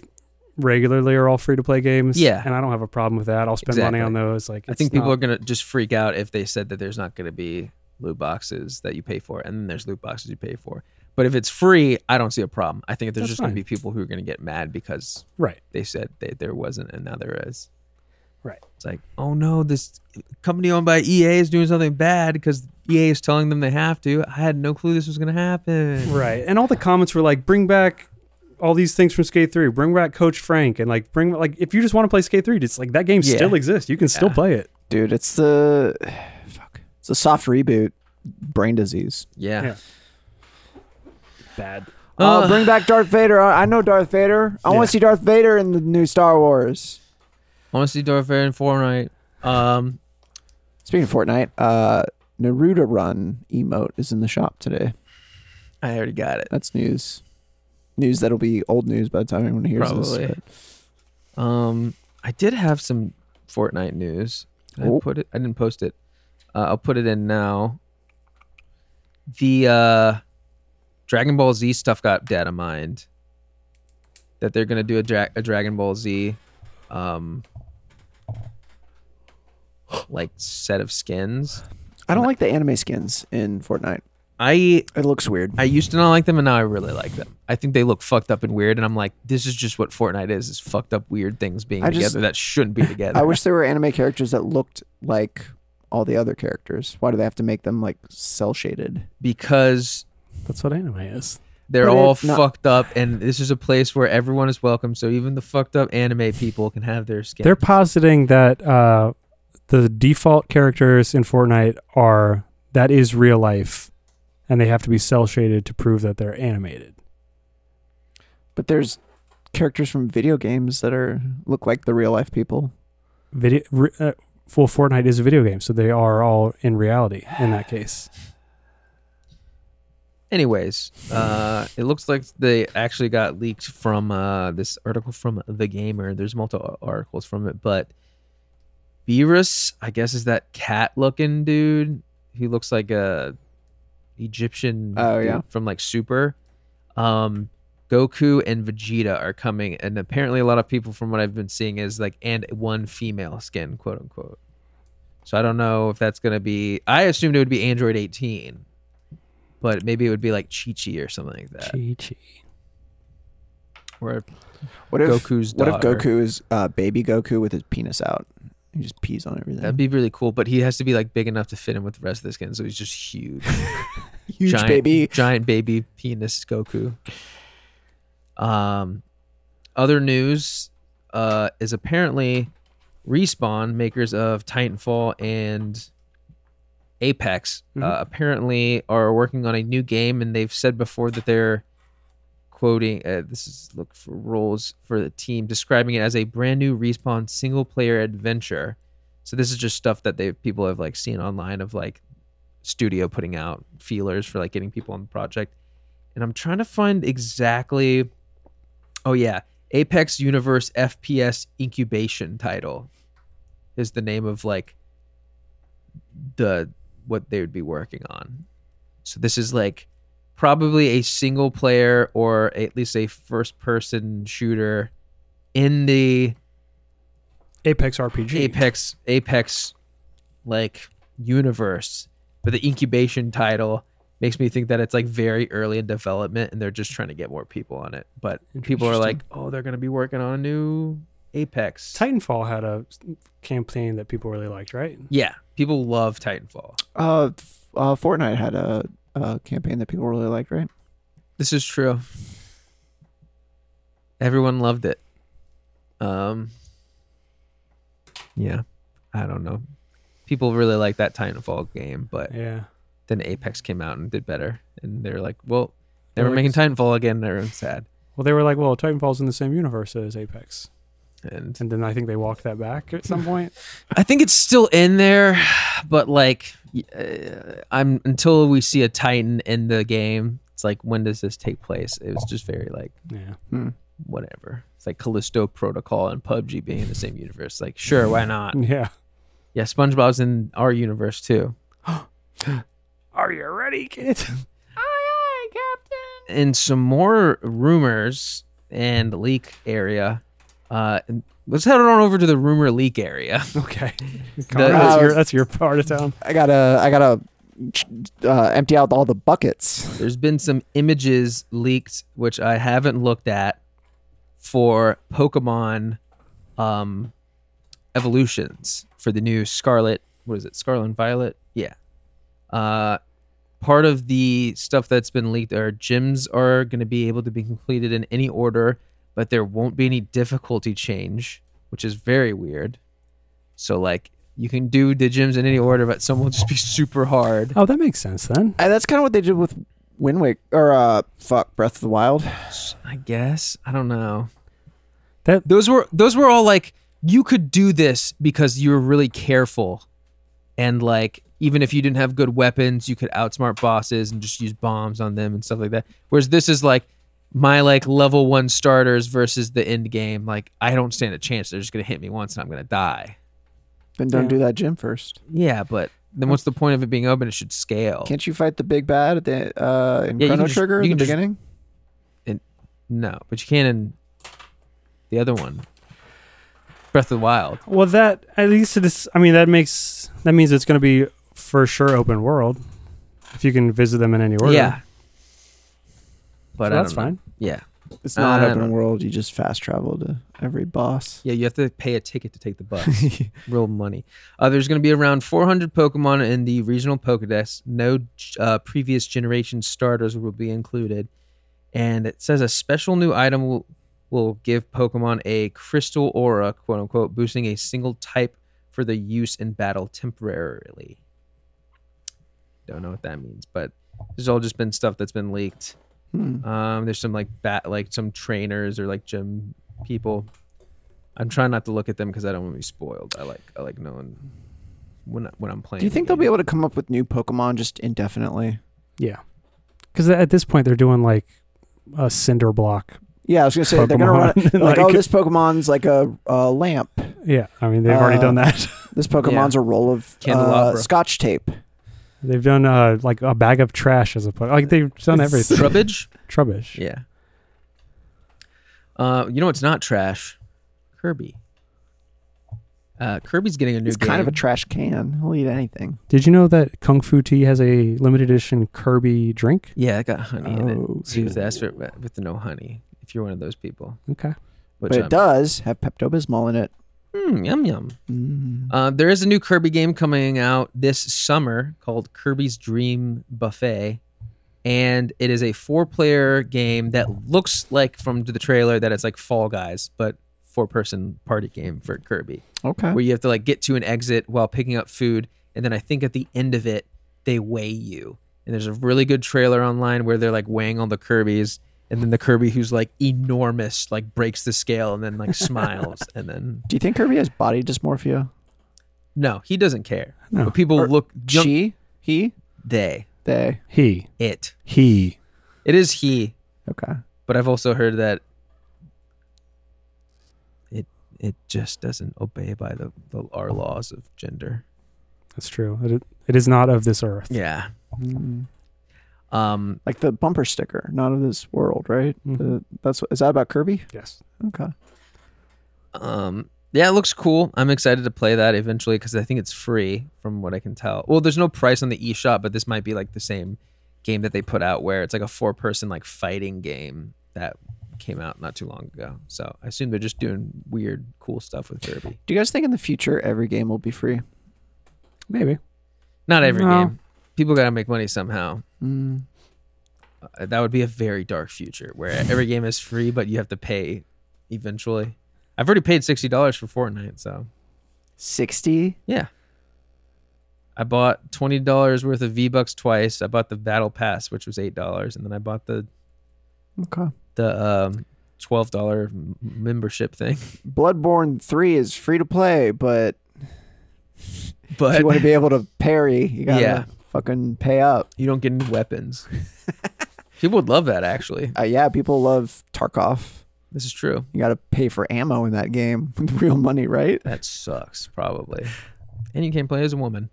regularly are all free to play games. Yeah. and I don't have a problem with that. I'll spend Exactly. money on those. Like I it's think people not- are going to just freak out if they said that there's not going to be loot boxes that you pay for, and then there's loot boxes you pay for. But if it's free, I don't see a problem. I think there's That's just going to be fine. people who are going to get mad because right. they said that there wasn't, and now there is. Right. It's like, oh no, this company owned by EA is doing something bad because EA is telling them they have to. I had no clue this was going to happen. Right. And all the comments were like, bring back all these things from Skate 3, bring back Coach Frank, and like, bring, like, if you just want to play Skate 3, it's like that game Yeah. still exists. You can still Yeah. play it. dude, it's the [sighs] fuck. It's a soft reboot. Brain disease. Yeah. Yeah. Bad. Oh, Uh. bring back Darth Vader. I I know Darth Vader. I Yeah. want to see Darth Vader in the new Star Wars. I want to see Darth Vader in Fortnite. Um, Speaking of Fortnite, uh, Naruto Run emote is in the shop today. I already got it. That's news. News that'll be old news by the time anyone hears Probably. this. but- Um, I did have some Fortnite news. Did I Oh. put it. I didn't post it. Uh, I'll put it in now. The uh, Dragon Ball Z stuff got data mined. That they're gonna do a, dra- a Dragon Ball Z, um, like set of skins. I don't like the anime skins in Fortnite. I It [laughs] looks weird. I used to not like them, and now I really like them. I think they look fucked up and weird, and I'm like, this is just what Fortnite is: is fucked up, weird things being I together just- that shouldn't be together. [laughs] I wish there were anime characters that looked like all the other characters. Why do they have to make them like cell shaded? because That's what anime is. they're But all it's not- fucked up, and this is a place where everyone is welcome. So even the fucked up anime people can have their skin. They're positing that uh, the default characters in Fortnite are that is real life, and they have to be cell shaded to prove that they're animated. But there's characters from video games that are look like the real life people. Video re- uh, full Fortnite is a video game, so they are all in reality in [sighs] that case. Anyways, uh, it looks like they actually got leaked from uh, this article from The Gamer. There's multiple articles from it, but Beerus, I guess, is that cat-looking dude who looks like a Egyptian. Oh, dude yeah. from like Super. Um, Goku and Vegeta are coming, and apparently a lot of people, from what I've been seeing, is like and one female skin, quote unquote. So I don't know if that's gonna be. I assumed it would be Android 18, but maybe it would be like Chi Chi or something like that. Chi Chi. Where What if Goku's what daughter. if Goku is uh, baby Goku with his penis out? He just pees on everything. that'd be really cool, but he has to be like big enough to fit in with the rest of the skin, so he's just huge, Huge giant, baby. giant baby penis Goku. Um, other news uh, is apparently Respawn, makers of Titanfall and Apex, uh, Mm-hmm. apparently are working on a new game, and they've said before that they're quoting uh, this is look for roles for the team, describing it as a brand new Respawn single player adventure. So this is just stuff that they people have like seen online of like studio putting out feelers for like getting people on the project. And I'm trying to find exactly Oh yeah, Apex Universe FPS Incubation title is the name of like the what they would be working on. So this is like probably a single player or at least a first person shooter in the Apex RPG. Apex Apex like universe, but the incubation title makes me think that it's like very early in development and they're just trying to get more people on it. But people are like, "Oh, they're going to be working on a new Apex." Titanfall had a campaign that people really liked, right? yeah, people love Titanfall. Uh, f- uh, Fortnite had a, a campaign that people really liked, right? This is true. Everyone loved it. Um Yeah, I don't know. People really like that Titanfall game, but Yeah. then Apex came out and did better, and they're like, "Well, they They're were like- making Titanfall again." And everyone's sad, Well, they were like, well, Titanfall's in the same universe as Apex. and And then I think they walked that back at some [laughs] point. I think it's still in there, but like, y- uh, I'm until we see a Titan in the game. It's like, when does this take place? It was just very like Yeah. Hmm. whatever. It's like Callisto Protocol and PUBG being in the same universe. Like, sure, why not? Yeah. Yeah, SpongeBob's in our universe too. Are you ready, kid? in some more rumors and leak area. Uh, and let's head on over to the rumor leak area. [laughs] Okay. The- that's, your, that's your part of town. I gotta, I gotta uh, empty out all the buckets. There's been some images leaked, which I haven't looked at, for Pokemon um, evolutions for the new Scarlet. What is it? Scarlet and Violet? Yeah. Uh, part of the stuff that's been leaked are gyms are going to be able to be completed in any order, but there won't be any difficulty change, which is very weird. So, like, you can do the gyms in any order, but some will just be [laughs] super hard. Oh, that makes sense then. And that's kind of what they did with Wind Waker or uh, fuck Breath of the Wild. I guess I don't know. That- those were those were all like you could do this because you were really careful and like even if you didn't have good weapons you could outsmart bosses and just use bombs on them and stuff like that whereas this is like my like level one starters versus the end game like i don't stand a chance they're just gonna hit me once and i'm gonna die Then don't Yeah. do that gym first. yeah but then what's the point of it being open it should scale Can't you fight the big bad at the uh, in Yeah, you Chrono can just- Trigger you in can the just- beginning? no but you can in the other one breath of the wild Well, that at least it is. I mean, that makes that means it's going to be for sure open world if you can visit them in any order. yeah but So I that's don't know. fine. yeah It's not Uh, open no. world. You just fast travel to every boss. Yeah, you have to pay a ticket to take the bus. Real money. Uh, there's going to be around 400 Pokemon in the regional Pokedex. No uh, previous generation starters will be included. And it says a special new item will, will give Pokemon a crystal aura, quote unquote, boosting a single type for the use in battle temporarily. Don't know what that means, but this has all just been stuff that's been leaked. Hmm. Um, there's some like bat, like some trainers or like gym people. I'm trying not to look at them because I don't want to be spoiled. I like I like knowing when I- when I'm playing. Do you the think they'll be game. able to come up with new Pokemon just indefinitely? Yeah, because at this point they're doing like a cinder block. Yeah, I was gonna say they're gonna run Pokemon. like, like, oh, Like- this Pokemon's like a, a lamp. Yeah, I mean they've Uh, already done that. [laughs] This Pokemon's a roll of uh, Candelabra. Scotch tape. they've done uh, like a bag of trash as a put. Like they've done [laughs] [laughs] everything. Trubbage? Trubbish. Yeah. Uh, you know it's not trash, Kirby. Uh, Kirby's getting a new It's game. kind of a trash can. He'll eat anything. Did you know that Kung Fu Tea has a limited edition Kirby drink? yeah, it got honey in it. Oh, So you have to ask for it with- with no honey if you're one of those people. Okay. Which But I'm- it does have Pepto Bismol in it. Mm, yum yum. Mm. Uh, there is a new Kirby game coming out this summer called Kirby's Dream Buffet. And it is a four player game that looks like from the trailer that it's like Fall Guys, but four person party game for Kirby, Okay. where you have to like get to an exit while picking up food. And then I think at the end of it, they weigh you. And there's a really good trailer online where they're like weighing all the Kirby's. And then the Kirby who's like enormous, like breaks the scale and then like smiles. And then, Do you think Kirby has body dysmorphia? no, he doesn't care. No. But people Or look, young- she, he, they they. He. it He. it is he Okay. but i've also heard that it it just doesn't obey by the, the our laws of gender That's true. It, it is not of this earth. yeah Mm. um Like the bumper sticker, not of this world, right? Uh, Mhm. that's what, is that about Kirby? Yes. Okay. um yeah it looks cool i'm excited to play that eventually because i think it's free from what i can tell well there's no price on the eShop, but this might be like the same game that they put out where it's like a four person like fighting game that came out not too long ago so i assume they're just doing weird cool stuff with kirby Do you guys think in the future every game will be free? Maybe. Not every No. game. People got to make money somehow. Mm. Uh, that would be a very dark future where every game is free, but you have to pay eventually. I've already paid sixty dollars for Fortnite, so 60? yeah. I bought twenty dollars worth of V Bucks twice. I bought the Battle Pass, which was eight dollars, and then I bought the Okay. the um, twelve dollar membership thing. [laughs] Bloodborne 3 is free to play, but if But you want to be able to parry, you gotta Yeah. fucking pay up. [laughs] you don't get any [laughs] weapons. People would love that. Actually, Uh, yeah, people love Tarkov. this is true. You gotta pay for ammo in that game [laughs] with real money, right? That sucks, [laughs] probably. And you can't play as a woman.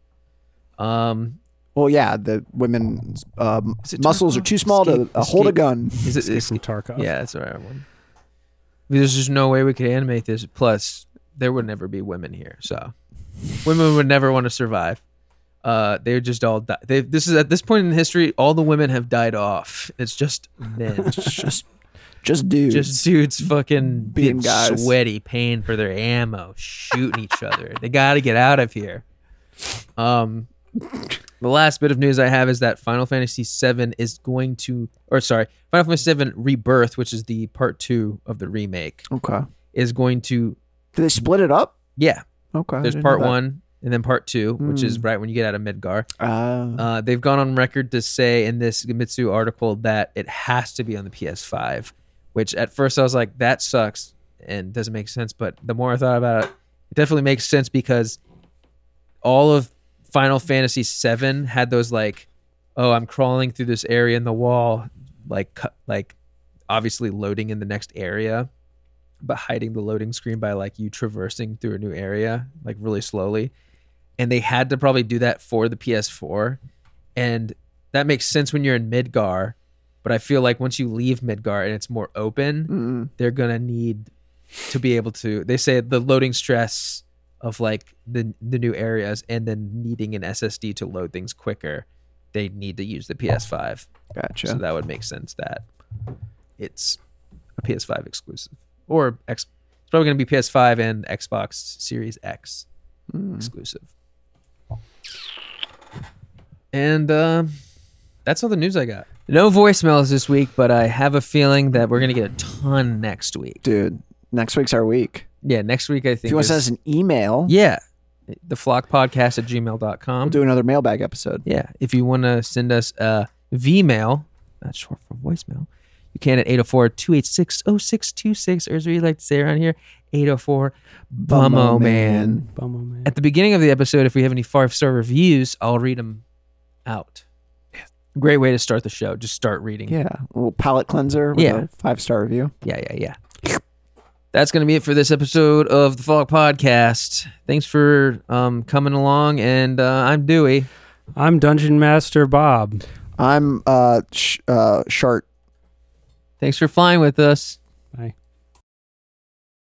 Um, Well, yeah, the women's um, Is it muscles are Tarkov? too small Escape- to uh, hold a escape- gun. is it? Escape Is, from Tarkov. yeah, that's the right one. There's just no way we could animate this. Plus, there would never be women here, so women would never want to survive. Uh, they would just all die. They, this is at this point in history, all the women have died off. It's just men, just, just dudes. just dudes, fucking Being being guys. sweaty, paying for their ammo, shooting each other. They got to get out of here. Um, the last bit of news I have is that Final Fantasy VII is going to, or sorry, Final Fantasy VII Rebirth, which is the part two of the remake, okay. is going to, Did they split it up? yeah, Okay. I there's didn't part know one and then part two, which is Hmm. right when you get out of Midgar. that. Uh, Uh, they've gone on record to say in this Gamitsu article that it has to be on the PS5, which at first I was like, that sucks. and doesn't make sense. But the more I thought about it, it definitely makes sense because all of Final Fantasy VII had those like, oh, I'm crawling through this area in the wall, like cu- like obviously loading in the next area, but hiding the loading screen by like you traversing through a new area like really slowly, and they had to probably do that for the PS4, and that makes sense when you're in Midgar. But I feel like once you leave Midgar and it's more open, Mm. they're gonna need to be able to they say the loading stress of like the the new areas and then needing an SSD to load things quicker, they need to use the PS5. Gotcha. So that would make sense that it's a PS5 exclusive or X. It's probably going to be PS5 and Xbox Series X Hmm. exclusive. And um, that's all the news I got. No voicemails this week, but I have a feeling that we're going to get a ton next week. Dude, next week's our week. Yeah, next week I think. If you want to send is- us an email, yeah. The flock podcast at gmail.com. we'll do another mailbag episode. Yeah. If you want to send us a V-mail, that's short for voicemail, you can at 804-286-0626, or as we like to say around here, 804 bummo man Bummer, man. At the beginning of the episode, if we have any five-star reviews, I'll read them out. Great way to start the show. Just start reading. Yeah. A little palate cleanser with Yeah. a five star review. Yeah, yeah, yeah. That's going to be it for this episode of the Fog Podcast. Thanks for um, coming along, and uh, I'm Dewey. I'm Dungeon Master Bob. I'm uh, sh- uh, Shart. Thanks for flying with us. Bye.